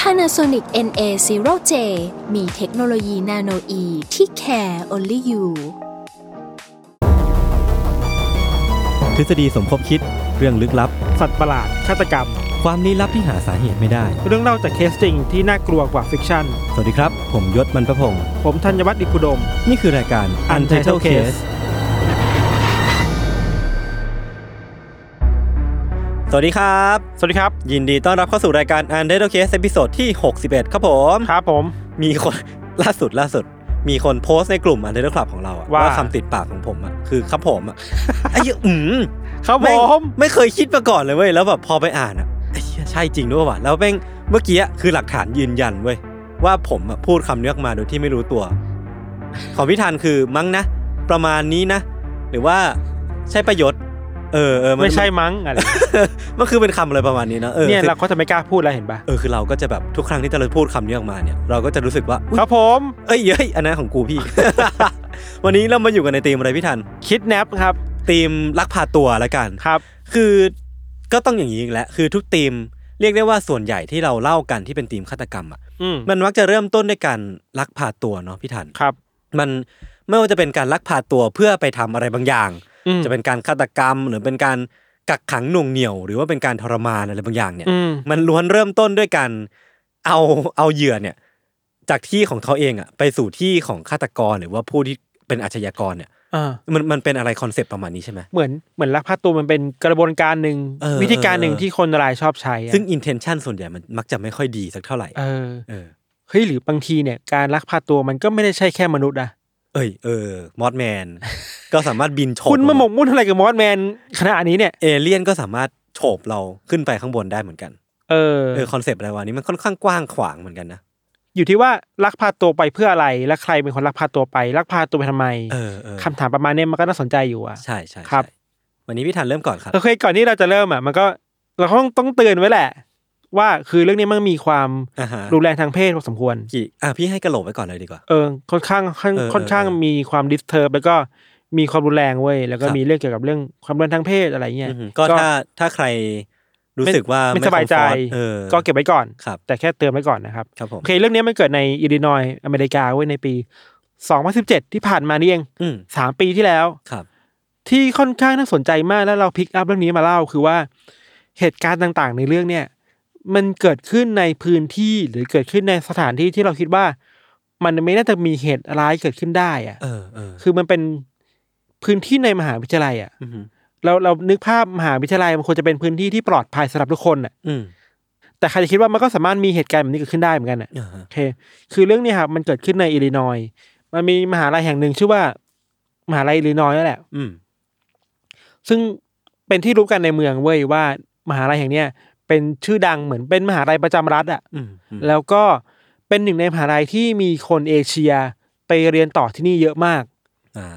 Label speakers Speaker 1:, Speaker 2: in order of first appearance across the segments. Speaker 1: Panasonic NA0J มีเทคโนโลยีนาโนอีที่ care only you
Speaker 2: ทฤษฎีสมคบคิดเรื่องลึกลับ
Speaker 3: สัตว์ประหลาด ฆาตกรรม
Speaker 2: ความลี้ลับที่หาสาเหตุไม่ได้
Speaker 3: เรื่องเล่าจากเคสจริงที่น่ากลัวกว่าฟิกชั่น
Speaker 2: สวัสดีครับ ผมยศมันประพงศ์
Speaker 3: ผมธัญวัฒน์อิพุดม
Speaker 2: นี่คือรายการ Untitled Case สวัสดีครับ
Speaker 3: สวัสดีครับ
Speaker 2: ยินดีต้อนรับเข้าสู่รายการ Untitled Case ตอนที่ 61 ครับผม
Speaker 3: ครับผม
Speaker 2: มีคน ล่าสุดล่าสุด มีคนโพสต์ในกลุ่ม Untitled Club ของเราอะ
Speaker 3: ว่า
Speaker 2: ว่าคำติดปากของผมอะคือครับผมอะ ไอ้เหี้ยอืม
Speaker 3: ครับผ
Speaker 2: แม่ง
Speaker 3: ม
Speaker 2: ไม่เคยคิดมาก่อนเลยเว้ยแล้วแบบพอไปอ่านอ่ะไอ้เหี้ยใช่จริงด้วยว่ะแล้วแม่งเมื่อกี้คือหลักฐานยืนยันเว้ยว่าผมอะพูดคำนี้ออกมาโดยที่ไม่รู้ตัว ของพิธันคือมั้งนะ ประมาณนี้นะ หรือว่าใช่ประโยชน์ เออเออ
Speaker 3: ไม่ใช่มั้งอะไร
Speaker 2: มันคือเป็นคำอะไรประมาณนี้เนอะเออ
Speaker 3: เนี่ย
Speaker 2: คือ
Speaker 3: เราก็จะไม่กล้าพูดแล้วเห็นปะ
Speaker 2: เออคือเราก็จะแบบทุกครั้งที่เราพูดคำนี้ออกมาเนี่ยเราก็จะรู้สึกว่าอุ๊ย
Speaker 3: ครับผม
Speaker 2: เอ้ยเอ้ยอันนั้นของกูพี่ วันนี้เรามาอยู่กันในธีมอะไรพี่ทัน
Speaker 3: คิดแนปครับ
Speaker 2: ธีมลักพาตัวละกัน
Speaker 3: ครับ
Speaker 2: คือก็ต้องอย่างนี้อีกแล้วคือทุกทีมเรียกได้ว่าส่วนใหญ่ที่เราเล่ากันที่เป็นทีมฆาตกรรมอ่ะ
Speaker 3: อืม
Speaker 2: มันมักจะเริ่มต้นด้วยการลักพาตัวเนาะพี่ทัน
Speaker 3: ครับ
Speaker 2: มันไม่ว่าจะเป็นการลักพาตัวเพื่อไปทำอะไรบางอย่าง
Speaker 3: อืม
Speaker 2: จะเป็นการฆาตกรรม หรือเป็นการกักขังหน่วงเหนี่ยว หรือว่าเป็นการทรมานอะไรบางอย่างเนี่ย
Speaker 3: อืม
Speaker 2: มันล้วนเริ่มต้นด้วยการเอาเอาเหยื่อเนี่ยจากที่ของเขาเองอ่ะไปสู่ที่ของฆาตกรหรือว่าผู้ที่เป็นอาชญากรเนี่ย
Speaker 3: อ่า
Speaker 2: มันมันเป็นอะไรคอนเซปต์ประมาณนี้ใช่ไหม
Speaker 3: เหมือนเหมือนลักพาตัวมันเป็นกระบวนการหนึ่ง
Speaker 2: เออ
Speaker 3: วิธีการหนึ่งที่คนรายชอบใช้อะ
Speaker 2: ซึ่ง intention ส่วนใหญ่มันมักจะไม่ค่อยดีสักเท่าไหร่
Speaker 3: เออ
Speaker 2: เออ
Speaker 3: เฮ้ยหรือบางทีเนี่ยการลักพาตัวมันก็ไม่ได้ใช่แค่มนุษย์นะ
Speaker 2: เอ้ย เออ มอสแม น ก็สามารถบินโฉบ
Speaker 3: คุณมาหมกมุ่นอะไรกับมอสแมนขนาดนี้เนี่ย
Speaker 2: เอเลี่ยนก็สามารถโฉบเราขึ้นไปข้างบนได้เหมือนกัน
Speaker 3: เออ
Speaker 2: เออ คอนเซปต์อะไรวะนี้มันค่อนข้างกว้างขวางเหมือนกันนะ
Speaker 3: อยู่ที่ว่าลักพาตัวไปเพื่ออะไร และใครเป็นคนลักพาตัวไป ลักพาตัวไปทำไม
Speaker 2: เออเออ
Speaker 3: คำถามประมาณเนี้ยมันก็น่าสนใจอยู่อ่ะ
Speaker 2: ใช่ใช่ใช่
Speaker 3: ครับ
Speaker 2: วันนี้พี่ทันเริ่มก่อนครับ
Speaker 3: โอเคก่อนที่เราจะเริ่มอ่ะมันก็เราก็ต้องต้องเตือนไว้แหละ ว่าคือเรื่องนี้มันมีความ
Speaker 2: อ่าฮะ
Speaker 3: รุนแรงทางเพศพอสมควร
Speaker 2: กี่อ่ะพี่ให้กระโหลกไว้ก่อนเลยดีกว่า
Speaker 3: เออค่อนข้างค่อน
Speaker 2: เออเออ
Speaker 3: ค่อนข้าง
Speaker 2: เออ
Speaker 3: มีความดิสเทิร์บแล้วก็มีความรุนแรงเว้ยแล้วก็
Speaker 2: ครับ
Speaker 3: มีเรื่องเกี่ยวกับเรื่องความรุนแรงทางเพศอะไรเงี้ย
Speaker 2: อือหือก็ถ้าถ้าใครรู้สึกว่า
Speaker 3: ไม่สบายใจ
Speaker 2: คอมฟอร์ตเออ
Speaker 3: ก็เก็บไว้ก่อน
Speaker 2: ครับ
Speaker 3: แต่แค่เตือนไว้ก่อนนะครับ
Speaker 2: ครับผม
Speaker 3: โอเคเรื่องนี้มันเกิดในอิลลินอยอเมริกาเว้ยในปี 2017 ที่ผ่านมานี่เอง
Speaker 2: อืม
Speaker 3: สามปีที่แล้ว
Speaker 2: ครับ
Speaker 3: ที่ค่อนข้างน่าสนใจมากแล้วเราพลิกอัพเรื่องนี้มาเล่าคือว่าเหตุการณ์ต่างๆ ในเรื่องเนี่ย มันเกิดขึ้นในพื้นที่หรือเกิดขึ้นในสถานที่ที่เราคิดว่า มันไม่น่าจะมีเหตุร้ายเกิดขึ้นได้อะ
Speaker 2: เออเออ
Speaker 3: คือมันเป็นพื้นที่ในมหาวิทยาลัยอะ
Speaker 2: อือหือ
Speaker 3: เราเรานึกภาพมหาวิทยาลัยมันควรจะเป็นพื้นที่ที่ปลอดภัยสำหรับทุกคนอะ
Speaker 2: อืม
Speaker 3: แต่ใครจะคิดว่ามันก็สามารถมีเหตุการณ์แบบนี้เกิดขึ้นได้เหมือนกันอะ
Speaker 2: อ่าฮะ
Speaker 3: โอเค คือเรื่องเนี้ครับมันเกิดขึ้นในอิลลินอย มันมีมหาลัยแห่งหนึ่งชื่อว่า มหาลัยอิลลินอยนั่นแหละ
Speaker 2: อืม
Speaker 3: ซึ่งเป็นที่รู้กันในเมืองเว้ยว่ามหาลัยแห่งเนี้ยเป็นชื่อดังเหมือนเป็นมหาลัยประจำรัฐอะ
Speaker 2: อืมอืม
Speaker 3: แล้วก็เป็นหนึ่งในมหาลัยที่มีคนเอเชียไปเรียนต่อที่นี่เยอะมาก
Speaker 2: อ่า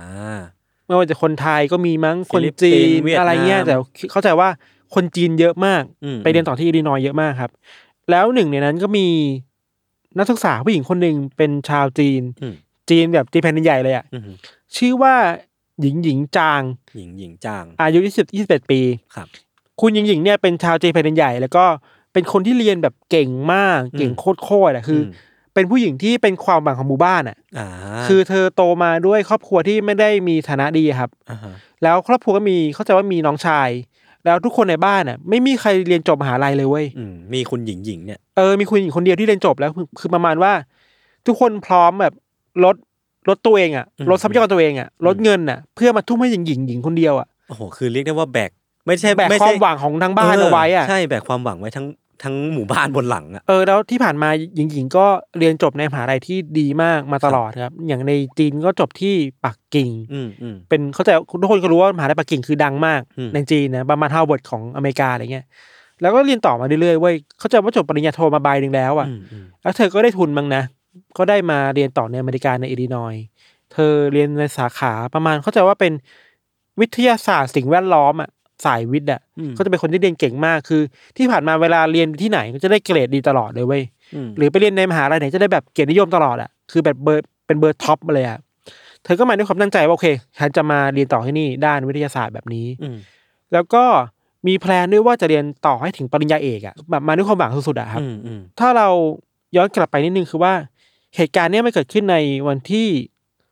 Speaker 3: ไม่ว่าจะคนไทยก็มีมั้ง คน
Speaker 2: ฟิลิปปิ
Speaker 3: จี
Speaker 2: นส์
Speaker 3: น
Speaker 2: เวียดนาม
Speaker 3: อะไรเงี้ย แต่เข้าใจว่าคนจีนเยอะมาก
Speaker 2: อืม
Speaker 3: ไปเรียนต่อที่อิลลินอยเยอะมากครับ แล้วหนึ่งในนั้นก็มีนักศึกษาผู้หญิงคนหนึ่งเป็นชาวจีน
Speaker 2: อืม
Speaker 3: จีนแบบจีนแผ่นดินใหญ่เลยอะ่ะ
Speaker 2: อือหือ
Speaker 3: ชื่อว่าหญิงหญิงจาง
Speaker 2: หญิงหญิงจ้าง
Speaker 3: อายุ20 21 ปี
Speaker 2: ครับ
Speaker 3: คุณหญิงหญิงเนี่ยเป็นชาวจีนแผ่นดินใหญ่ แล้วก็เป็นคนที่เรียนแบบเก่งมาก
Speaker 2: อืม
Speaker 3: เก่งโคตรๆอ่ะคืออ
Speaker 2: ม
Speaker 3: เป็นผู้หญิงที่เป็นความหวังของหมู่บ้านอ่ะ
Speaker 2: อ่า
Speaker 3: คือเธอโตมาด้วยครอบครัวที่ไม่ได้มีฐานะดีอะครับ
Speaker 2: อ่าฮะ
Speaker 3: แล้วครอบครัวก็มีเข้าใจว่ามีน้องชาย แล้วทุกคนในบ้านอ่ะ ไม่มีใครเรียนจบมหาลัยเลยเว้ย
Speaker 2: อืมมีคุณหญิงหญิงเนี่ย
Speaker 3: เออมีคุณหญิงคนเดียวที่เรียนจบแล้วคือคือประมาณว่า ทุกคนพร้อมแบบลดลดตัวเองอะ่ะ
Speaker 2: อืม
Speaker 3: ลดทรัพยากรตัวเองอะ่ะลดเงินอ่ะ เพื่อมาทุ่มให้หญิงหญิงหญิงคนเดียวอะ่ะ
Speaker 2: โอ้โห คือเรียกได้ว่าแบก ไม่ใช่
Speaker 3: แบก
Speaker 2: ไม่
Speaker 3: ควา
Speaker 2: ใช่
Speaker 3: มหวังของทางบ้านเอาไว้อ่ะ
Speaker 2: ใช่แบกความหวังไว้ทั้งทั้งหมู่บ้านบนหลังอ่ะ
Speaker 3: เออแล้วที่ผ่านมาหญิงหญิงก็เรียนจบในมหาลัยที่ดีมากมาตลอดครับ อย่างในจีนก็จบที่ปักกิ่ง
Speaker 2: อืมอืม
Speaker 3: เป็นเข้าใจทุกคนก็รู้ว่ามหาลัยปักกิ่งคือดังมาก
Speaker 2: อืม
Speaker 3: ในจีนนะประมาณฮาวเวิร์ดของอเมริกาอะไรเงี้ย แล้วก็เรียนต่อมาเรื่อยๆเว้ยเขาใจะว่าจบปริญญาโทมาใบหนึ่งแล้วอ่ะ
Speaker 2: อืมอืม
Speaker 3: แล้วเธอก็ได้ทุนมั้งนะ ก็ได้มาเรียนต่อในอเมริกาในอิลลินอยส์เธอเรียนในสาขาประมาณเข้าใจว่าเป็นวิทยาศาสตร์สิ่งแวดล้อมอ่ะ สายวิทย์อ่ะ
Speaker 2: อืม
Speaker 3: ก็จะเป็นคนที่เรียนเก่งมากคือ ที่ผ่านมาเวลาเรียนที่ไหนก็จะได้เกรดดีตลอดเลยเว้ย
Speaker 2: ม
Speaker 3: หรือไปเรียนในมหาลัยไหนจะได้แบบเกียรตินิยมตลอดอะคือแบบเบอร์เป็นเบอร์ท็อปเลยอะเธอก็มาด้วยความตั้งใจว่าโอเคฉันจะมาเรียนต่อที่นี่ด้านวิทยาศาสตร์แบบนี้
Speaker 2: อืม
Speaker 3: แล้วก็มีแพลนด้วยว่าจะเรียนต่อให้ถึงปริญญาเอกอะแบบมาด้วยความหวังสุดๆอะครับ
Speaker 2: อืมอืม
Speaker 3: ถ้าเราย้อนกลับไปนิดนึงคือว่าเหตุการณ์เนี้ยมันเกิดขึ้นในวันที่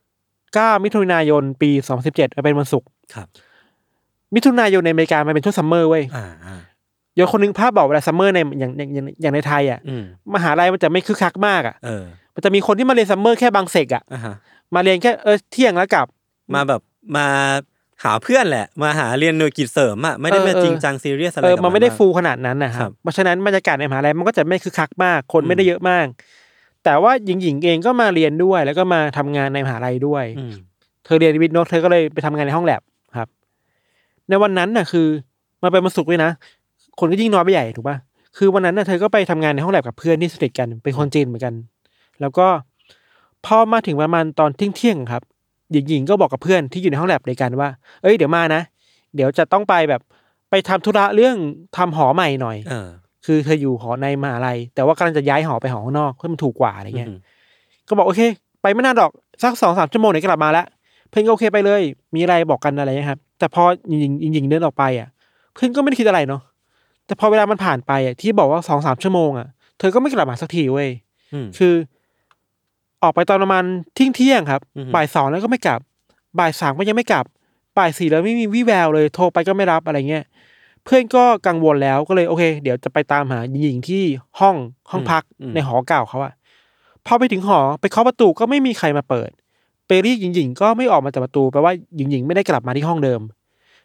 Speaker 3: 9 มิถุนายนปี 2017มันเป็นวันศุกร์
Speaker 2: ครับ
Speaker 3: มิถุนายนในอเมริกามันเป็นช่วงซัมเมอร์เว้ย
Speaker 2: อ่าอ่า
Speaker 3: โยนคนนึงภาพบอกเวลาซัมเมอร์ในอย่างอย่างอย่างอย่างในไทยอะ
Speaker 2: อืม
Speaker 3: มหาลัยมันจะไม่คึกคักมากอะ
Speaker 2: เออ
Speaker 3: มันจะมีคนที่มาเรียนซัมเมอร์แค่บางเซกอะ
Speaker 2: อ่าฮะ
Speaker 3: มาเรียนแค่เออเที่ยงแล้วกลับ
Speaker 2: มาแบบมาหาเพื่อนแหละ มาหาเรียนหน่วยกิจเสริมอ่ะไม่ได้
Speaker 3: เออ
Speaker 2: มา
Speaker 3: เออ
Speaker 2: จริงจังซีเรียสอะไร
Speaker 3: เออ
Speaker 2: กับ
Speaker 3: มันไม่ได้
Speaker 2: าก
Speaker 3: ฟูลขนาดนั้นนะค
Speaker 2: ครั
Speaker 3: รับบ เพราะฉะนั้นบรรยากาศในมหาลัยมันก็จะไม่คึกคักมาก คน
Speaker 2: อืม
Speaker 3: ไม่ได้เยอะมาก แต่ว่าหญิงหญิงๆเองก็มาเรียนด้วย แล้วก็มาทำงานในมหาลัยด้วย
Speaker 2: อืม
Speaker 3: เธอเรียนวิทย์โนตเธอก็เลยไปทำงานในห้องแลบครับ ในวันนั้นน่ะคือมันเป็นวันศุกร์ด้วยนะ คนก็ยิ่งน้อยไปใหญ่ถูกป่ะคือวันนั้นน่ะเธอก็ไปทำงานในห้องแลบกับเพื่อนที่สนิทกันเป็นคนจีนเหมือนกัน แล้วก็พอมาถึงประมาณตอนเที่ยงเที่ยงๆครับ หญิงหญิงก็บอกกับเพื่อนที่อยู่ในห้องแลบด้วยกันว่า เอ้ยเดี๋ยวมานะ เดี๋ยวจะต้องไปแบบไปทำธุระเรื่องทำหอใหม่หน่อย
Speaker 2: เออ
Speaker 3: คือเธออยู่หอในมหาลัย แต่ว่ากำลังจะย้ายหอไปหอข้างนอกเพื่อมันถูกกว่าอะไร
Speaker 2: อ
Speaker 3: เงี้ย
Speaker 2: อืม
Speaker 3: ก็บอกโอเค ไปไม่นานหรอกสักสองสามชั่วโมงเนี่ยวกลับมาละเพื่อนก็โอเคไปเลย มีอะไรบอกกันอะไรนะครับ แต่พอหญิงหญิงหญิงเดินออกไปอ่ะ เพื่อนก็ไม่ได้คิดอะไรเนาะแต่พอเวลามันผ่านไปอ่ะที่บอกว่าสองสามชั่วโมงอ่ะเธอก็ไม่กลับมาสักทีเว้ย
Speaker 2: อืม
Speaker 3: คือ ออกไปตอนประมาณเที่ยงเที่ยงๆครับ
Speaker 2: อือฮึ
Speaker 3: บ่ายสองแล้วก็ไม่กลับ บ่ายสามก็ยังไม่กลับบ่ายสี่แล้วไม่มีวี่แววเลยโทรไปก็ไม่รับอะไรเงี้ยเพื่อนก็กังวลแล้วก็เลยโอเค เดี๋ยวจะไปตามหาหญิงหญิงที่ห้องห้องพักในหอเก่าเขาอะ พอไปถึงหอไปเคาะประตูก็ไม่มีใครมาเปิด ไปเรียกหญิงหญิงก็ไม่ออกมาจากประตูแปลว่าหญิงหญิงไม่ได้กลับมาที่ห้องเดิม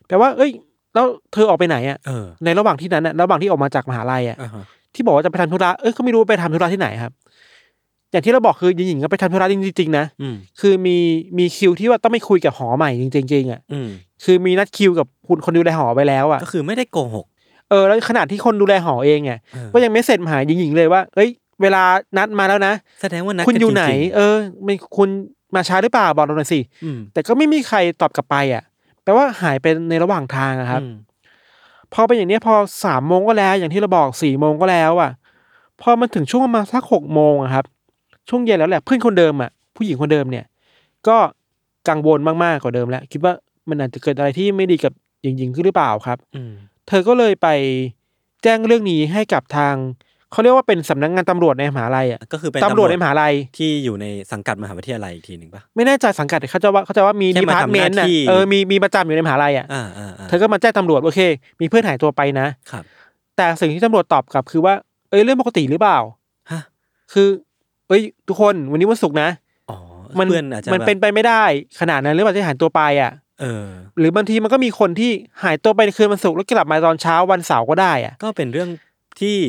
Speaker 3: แปลว่า เอ้ย แล้วเธอออกไปไหนอะ
Speaker 2: เออ
Speaker 3: ในระหว่างที่นั้นอะระหว่างที่ออกมาจากมหาลัยอะ
Speaker 2: อ่าฮะ
Speaker 3: ที่บอกว่าจะไปทำธุระเอ้ยก็ไม่รู้ว่าไปทำธุระที่ไหนครับ อย่างที่เราบอกคือหญิงหญิงก็ไปทำธุระจริงๆนะ
Speaker 2: อืม
Speaker 3: คือมีมีคิวที่ว่าต้องไปคุยกับหอใหม่จริงๆอะ
Speaker 2: อืม
Speaker 3: คือมีนัดคิวกับคุณคนดูแลหอไปแล้วอะ
Speaker 2: ก็คือไม่ได้โกหก
Speaker 3: เออแล้วขนาดที่คนดูแลหอเองไง
Speaker 2: เออ
Speaker 3: ก็ยังไม่เสร็จมาหาหญิงหญิงเลยว่า เอ้ย เวลานัดมาแล้วนะ
Speaker 2: แสดงว่านัด
Speaker 3: คุณอยู่ไหน
Speaker 2: กัจริงๆ
Speaker 3: เออมันคุณมาช้าหรือเปล่าบอกเราหน่อยสิ
Speaker 2: อืม
Speaker 3: แต่ก็ไม่มีใครตอบกลับไปอ่ะ แปลว่าหายไปในระหว่างทางอะครับ
Speaker 2: อืม
Speaker 3: พอเป็นอย่างเนี้ยพอสามโมงก็แล้วอย่างที่เราบอกสี่โมงก็แล้วอ่ะ พอมันถึงช่วงประมาณสักหกโมงอะครับ ช่วงเย็นแล้วแหละเพื่อนคนเดิมอ่ะ ผู้หญิงคนเดิมเนี่ย ก็กังวลมากๆกว่าเดิมแล้ว คิดว่ามันอาจจะเกิดอะไรที่ไม่ดีกับหญิงๆขึ้นหรือเปล่าครับ
Speaker 2: อืม
Speaker 3: เธอก็เลยไปแจ้งเรื่องนี้ให้กับทางเขาเรียกว่าเป็นสำนักงานตำรวจในมหาลัยอ่ะ
Speaker 2: ก็คือเป็น
Speaker 3: ตำรวจในมหาลัย
Speaker 2: ที่อยู่ในสังกัดมหาวิทยาลัยอีกทีหนึ่งปะ
Speaker 3: ไม่แน่ใจสังกัดเขาจะว่าเขาจะว่ามี
Speaker 2: แค่
Speaker 3: ดี
Speaker 2: มา
Speaker 3: พาร์ต
Speaker 2: ทำ
Speaker 3: เม
Speaker 2: ห
Speaker 3: น
Speaker 2: น้า
Speaker 3: ต์น่ะ
Speaker 2: ที่
Speaker 3: เออมีมีประจำอยู่ในมหาลัยอ่ะ
Speaker 2: อ่าอ่าอ่า
Speaker 3: เธอก็มาแจ้งตำรวจโอเค มีเพื่อนหายตัวไปนะ
Speaker 2: ครับ
Speaker 3: แต่สิ่งที่ตำรวจตอบกลับคือว่าเอ้ยเรื่องปกติหรือเปล่า
Speaker 2: ฮะ
Speaker 3: คือ เอ้ย ทุกคนวันนี้วันศุกร์นะ
Speaker 2: อ๋อ
Speaker 3: มั
Speaker 2: เพื่อนอาจจะ
Speaker 3: มันเป็น
Speaker 2: แบบ
Speaker 3: ไปไม่ได้ ขนาดนั้นหรือเปล่าที่หายตัวไปอ่ะ
Speaker 2: เออ
Speaker 3: หรือบางทีมันก็มีคนที่หายตัวไปในคืนวันศุกร์แล้วกลับมาตอนเช้าวันเสาร์ก็ได้อ่ะ
Speaker 2: ก็เป็นเรื่องที่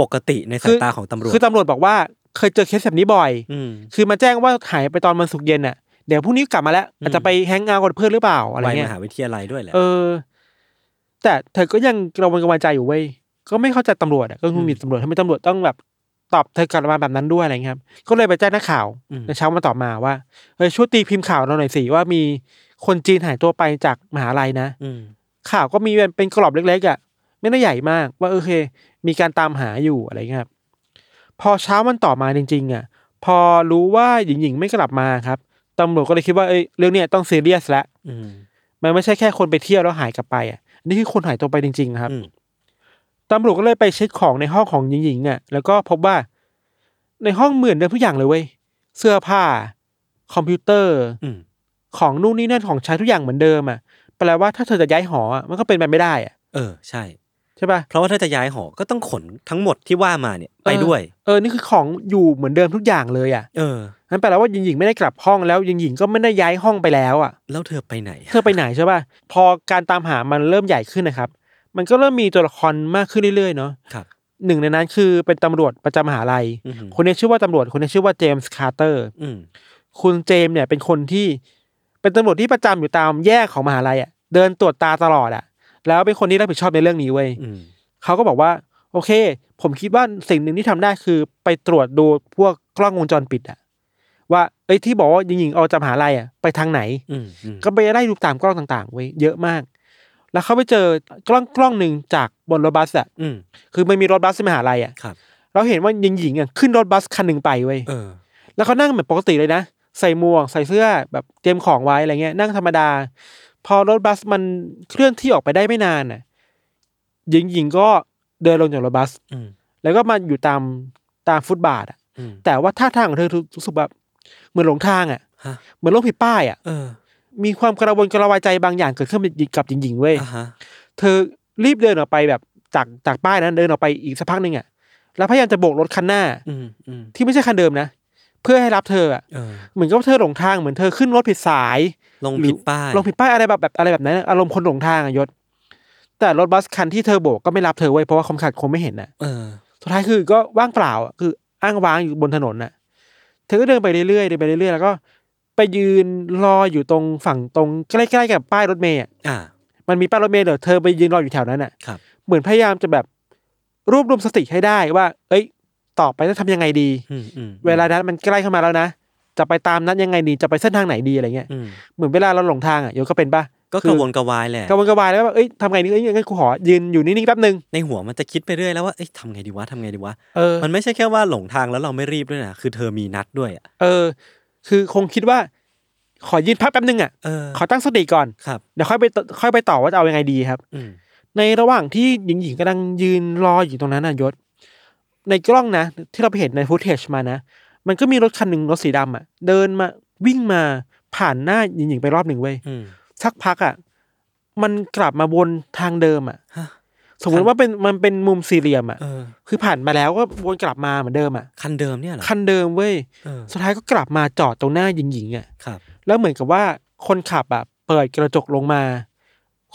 Speaker 2: ปกติในสายตาของตำรวจ
Speaker 3: คือตำรวจบอกว่าเคยเจอเคสแบบนี้บ่อย
Speaker 2: อืม
Speaker 3: คือมาแจ้งว่าหายไปตอนวันศุกร์เย็นอ่ะเดี๋ยวพรุ่งนี้กลับมาแล้วอาจจะไปแฮงเอาท์กับเพื่อนหรือเปล่าอะไร
Speaker 2: วัย
Speaker 3: เงี้
Speaker 2: ม
Speaker 3: ย
Speaker 2: หาวิทยาลัยด้วยแหละ
Speaker 3: เออ แต่เธอก็ยังกระวนกระวายใจอยู่เว้ยก็ไม่เข้าใจตำรวจอะก็งุนงิดตำรวจทำไมตำรวจต้องแบบตอบเธอกลับมาแบบนั้นด้วยอะไรเงี้ยครับ ก็เลยไปแจ้งนักข่าว
Speaker 2: อืม
Speaker 3: ในเช้ามาต่อมาว่าเฮ้ยช่วยตีพิมพ์ข่าวเราหน่อยสิว่ามีคนจีนหายตัวไปจากมหาลัยนะ
Speaker 2: อืม
Speaker 3: ข่าวก็มีเป็นกรอบเล็กๆอ่ะไม่ได้ใหญ่มาก ว่าโอเค มีการตามหาอยู่อะไรเงี้ยครับพอเช้ามันต่อมาจริงๆอ่ะ พอรู้ว่าหญิงหญิงๆไม่กลับมาครับตำรวจก็เลยคิดว่าเอ้ยเรื่องเนี้ยต้องซีเรียสแล้ว
Speaker 2: อืม
Speaker 3: มันไม่ใช่แค่คนไปเที่ยวแล้วหายกลับไปอ่ะอันนี่คือคนหายตัวไปจริงๆครับ
Speaker 2: อืม
Speaker 3: ตำรวจก็เลยไปเช็คของในห้องของหญิงๆอ่ะ แล้วก็พบว่า ในห้องเหมือนเดิมทุกอย่างเลยเว้ย เสื้อผ้า คอมพิวเตอร์
Speaker 2: อืม
Speaker 3: ของนู่นนี่นั่นของใช้ทุกอย่างเหมือนเดิมอ่ะ แปลว่าถ้าเธอจะย้ายหออะมันก็เป็นไปไม่ได้อ่ะ
Speaker 2: เออ ใช่
Speaker 3: ใช่ปะ
Speaker 2: เพราะว่าถ้าจะย้ายหอ ก็ต้องขนทั้งหมดที่ว่ามาเนี่ยไปด้วย
Speaker 3: เออ นี่คือของอยู่เหมือนเดิมทุกอย่างเลยอ่ะ
Speaker 2: เออ
Speaker 3: นั้นแปลว่าหญิงๆไม่ได้กลับห้องแล้วหญิงๆก็ไม่ได้ย้ายห้องไปแล้วอ่ะ
Speaker 2: แล้วเธอไปไหน
Speaker 3: เธอไปไหนใช่ป่ะ พอการตามหามันเริ่มใหญ่ขึ้นนะครับ มันก็เริ่มมีตัวละครมากขึ้นเรื่อยๆเนาะ
Speaker 2: ครับ
Speaker 3: หนึ่งในนั้นคือเป็นตำรวจประจำมหาลัย
Speaker 2: อืม
Speaker 3: คนนี้ชื่อว่าตำรวจ คนนี้ชื่อว่าเจมส์คาร์เตอร์
Speaker 2: อืม
Speaker 3: คุณเจมส์เนี่ยเป็นคนที่เป็นตำรวจที่ประจำอยู่ตามแยกของมหาลัยอ่ะ เดินตรวจตาตลอดอ่ะ แล้วเป็นคนที่รับผิดชอบในเรื่องนี้เว้ย
Speaker 2: อืม
Speaker 3: เขาก็บอกว่า โอเค ผมคิดว่าสิ่งหนึ่งที่ทำได้คือไปตรวจดูพวกกล้องวงจรปิดอะว่าเอ้ยที่บอกว่ายิงๆเอาจากมหาลัยอะไปทางไหน
Speaker 2: อืมอืม
Speaker 3: ก็ไปไล่ดูตามกล้องต่างๆไว้ยเยอะมาก แล้วเขาไปเจอกล้องกล้องหนึ่งจากบนรถบัสอะ
Speaker 2: อืม
Speaker 3: คือมันมีรถบัสที่มหาลัยอะ
Speaker 2: ครับ
Speaker 3: เราเห็นว่าหญิงหญิงๆอะขึ้นรถบัสคันหนึ่งไปเว้ย
Speaker 2: เออ
Speaker 3: แล้วเขานั่งแบบปกติเลยนะ ใส่หมวกใส่เสื้อแบบเตรียมของไว้อะไรเงี้ยนั่งธรรมดา พอรถบัสมันเคลื่อนที่ออกไปได้ไม่นานน่ะหญิงหญิงก็เดินลงจากรถบัส
Speaker 2: อืม
Speaker 3: แล้วก็มาอยู่ตามตามฟุตบาทอะ
Speaker 2: อืม
Speaker 3: แต่ว่าท่าทางของเธอรู้สึกแบบเหมือนหลงทางอะ
Speaker 2: ฮะ
Speaker 3: เหมือนโลกผิดป้ายอะ
Speaker 2: เออ
Speaker 3: มีความกระวนกระวายใจบางอย่างเกิดขึ้นกับหญิงๆเว้ย
Speaker 2: อ่ะฮะ
Speaker 3: เธอรีบเดินออกไปแบบจากจากป้ายนั้นเดินออกไปอีกสักพักหนึ่งอ่ะ แล้วพยายามจะโบกรถคันหน้า
Speaker 2: อืมอืม
Speaker 3: ที่ไม่ใช่คันเดิมนะ เพื่อให้รับเธออ่ะ
Speaker 2: เออ
Speaker 3: เหมือนกับว่าเธอหลงทางเหมือนเธอขึ้นรถผิดสาย
Speaker 2: ลงผิดป้าย
Speaker 3: ลงผิดป้ายอะไรแบบแบบอะไรแบบนั้นอะอารมณ์คนหลงทางอะยศ แต่รถบัสคันที่เธอโบกก็ไม่รับเธอเว้ยเพราะว่าคนขับคงไม่เห็นน่ะ
Speaker 2: เออ
Speaker 3: สุดท้ายคือก็ว่างเปล่าอะคืออ้างว้างอยู่บนถนนน่ะ เธอก็เดินไปเรื่อยๆเดินไปเรื่อยๆแล้วก็ ไปยืนรออยู่ตรงฝั่งตรงใกล้ๆกับป้ายรถเมล์อะ
Speaker 2: อ่า
Speaker 3: มันมีป้ายรถเมล์เดี๋ยวเธอไปยืนรออยู่แถวนั้นน่ะ
Speaker 2: ครับ
Speaker 3: เหมือนพยายามจะแบบรวบรวมสติให้ได้ว่า เอ้ย ต่อไปจะทำยังไงดี
Speaker 2: อืมอืม
Speaker 3: เวลานัดมันใกล้เข้ามาแล้วนะ จะไปตามนัดยังไงดี จะไปเส้นทางไหนดีอะไรเงี้ย
Speaker 2: อืม
Speaker 3: เหมือนเวลาเราหลงทางอ่ะโยก็เป็นปะ
Speaker 2: ก็กระวนกระวายแหละ
Speaker 3: กระวนกระวายแล้วแบบเอ้ยทำไงนี่เอ้ยงั้นกูขอยืนอยู่นิ่งๆแป๊บนึง
Speaker 2: ในหัวมันจะคิดไปเรื่อยแล้วว่าเอ้ยทำไงดีวะทำไงดีวะ
Speaker 3: เออ
Speaker 2: มันไม่ใช่แค่ว่าหลงทางแล้วเราไม่รีบด้วยนะ คือเธอมีนัดด้วยอ่ะ
Speaker 3: เออ คือคงคิดว่า ขอยืนพักแป๊บนึงอ่ะ
Speaker 2: เออ
Speaker 3: ขอตั้งสติก่อน
Speaker 2: ครับ
Speaker 3: เดี๋ยวค่อยไปต่อค่อยไปต่อว่าจะเอายังไงดีครับ
Speaker 2: อืม
Speaker 3: ในระหว่างที่หญิงหญิงกำลังยืนรออยู่ตรงนั้นนะยศ ในกล้องนะ ที่เราไปเห็นในฟุตเทจมานะ มันก็มีรถคันหนึ่งรถสีดำอ่ะ เดินมาวิ่งมาผ่านหน้าหญิงหญิงไปรอบหนึ่งเว้ย
Speaker 2: อืม
Speaker 3: สักพักอ่ะมันกลับมาวนทางเดิมอ่ะ
Speaker 2: ฮะ
Speaker 3: สมมติว่าเป็นมันเป็นมุมสี่เหลี่ยมอ่ะ
Speaker 2: เออ
Speaker 3: คือผ่านมาแล้วก็วนกลับมาเหมือนเดิมอ่ะ
Speaker 2: คันเดิมเนี่ยเหรอ
Speaker 3: คันเดิมเว้ย
Speaker 2: เออ
Speaker 3: สุดท้ายก็กลับมาจอดตรงหน้าหญิงหญิงอ่ะ
Speaker 2: ครับ
Speaker 3: แล้วเหมือนกับว่าคนขับอ่ะเปิดกระจกลงมา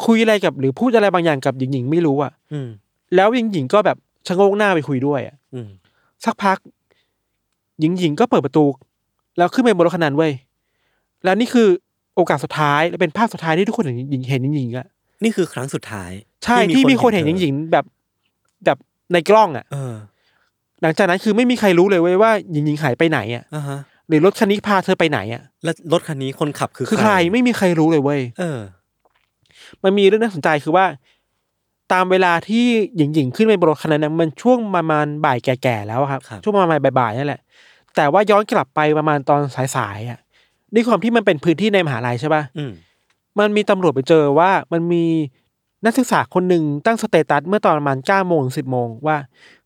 Speaker 3: คุยอะไรกับ หรือพูดอะไรบางอย่างกับหญิงหญิงไม่รู้อ่ะ
Speaker 2: อืม
Speaker 3: แล้วหญิงหญิงก็แบบชะโงกหน้าไปคุยด้วยอะ
Speaker 2: อืม
Speaker 3: สักพัก หญิงหญิงก็เปิดประตู แล้วขึ้นไปบนรถคันนั้นเว้ยแล้วนี่คือโอกาสสุดท้ายและเป็นภาพสุดท้ายที่ทุกคนเห็นหญิงเห็นหญิงหญิงอะ
Speaker 2: นี่คือครั้งสุดท้าย
Speaker 3: ใช่ที่มีคนเห็นหญิงหญิงแบบแบบในกล้องอะ
Speaker 2: เออ
Speaker 3: หลังจากนั้นคือไม่มีใครรู้เลยเว้ยว่าหญิงหญิงหายไปไหนอะ
Speaker 2: อ่าฮะ
Speaker 3: หรือรถคันนี้พาเธอไปไหนอะ
Speaker 2: แล้วรถคันนี้คนขับคือ
Speaker 3: คือใครไม่มีใครรู้เลยเว้ย
Speaker 2: เออ
Speaker 3: มันมีเรื่องน่าสนใจคือว่า ตามเวลาที่หญิงหญิงขึ้นไปบนรถคันนั้นนะมันช่วงประมาณบ่ายแก่ๆแล้วอะครับ
Speaker 2: ครับ
Speaker 3: ช่วงประมาณบ่ายๆนั่นแหละ แต่ว่าย้อนกลับไปประมาณตอนสายๆอ่ะด้วยความที่มันเป็นพื้นที่ในมหาลัยใช่ปะ
Speaker 2: อืม
Speaker 3: มันมีตำรวจไปเจอว่ามันมีนักศึกษาคนหนึ่งตั้งสเตตัสเมื่อตอนประมาณเก้าโมงสิบโมงว่า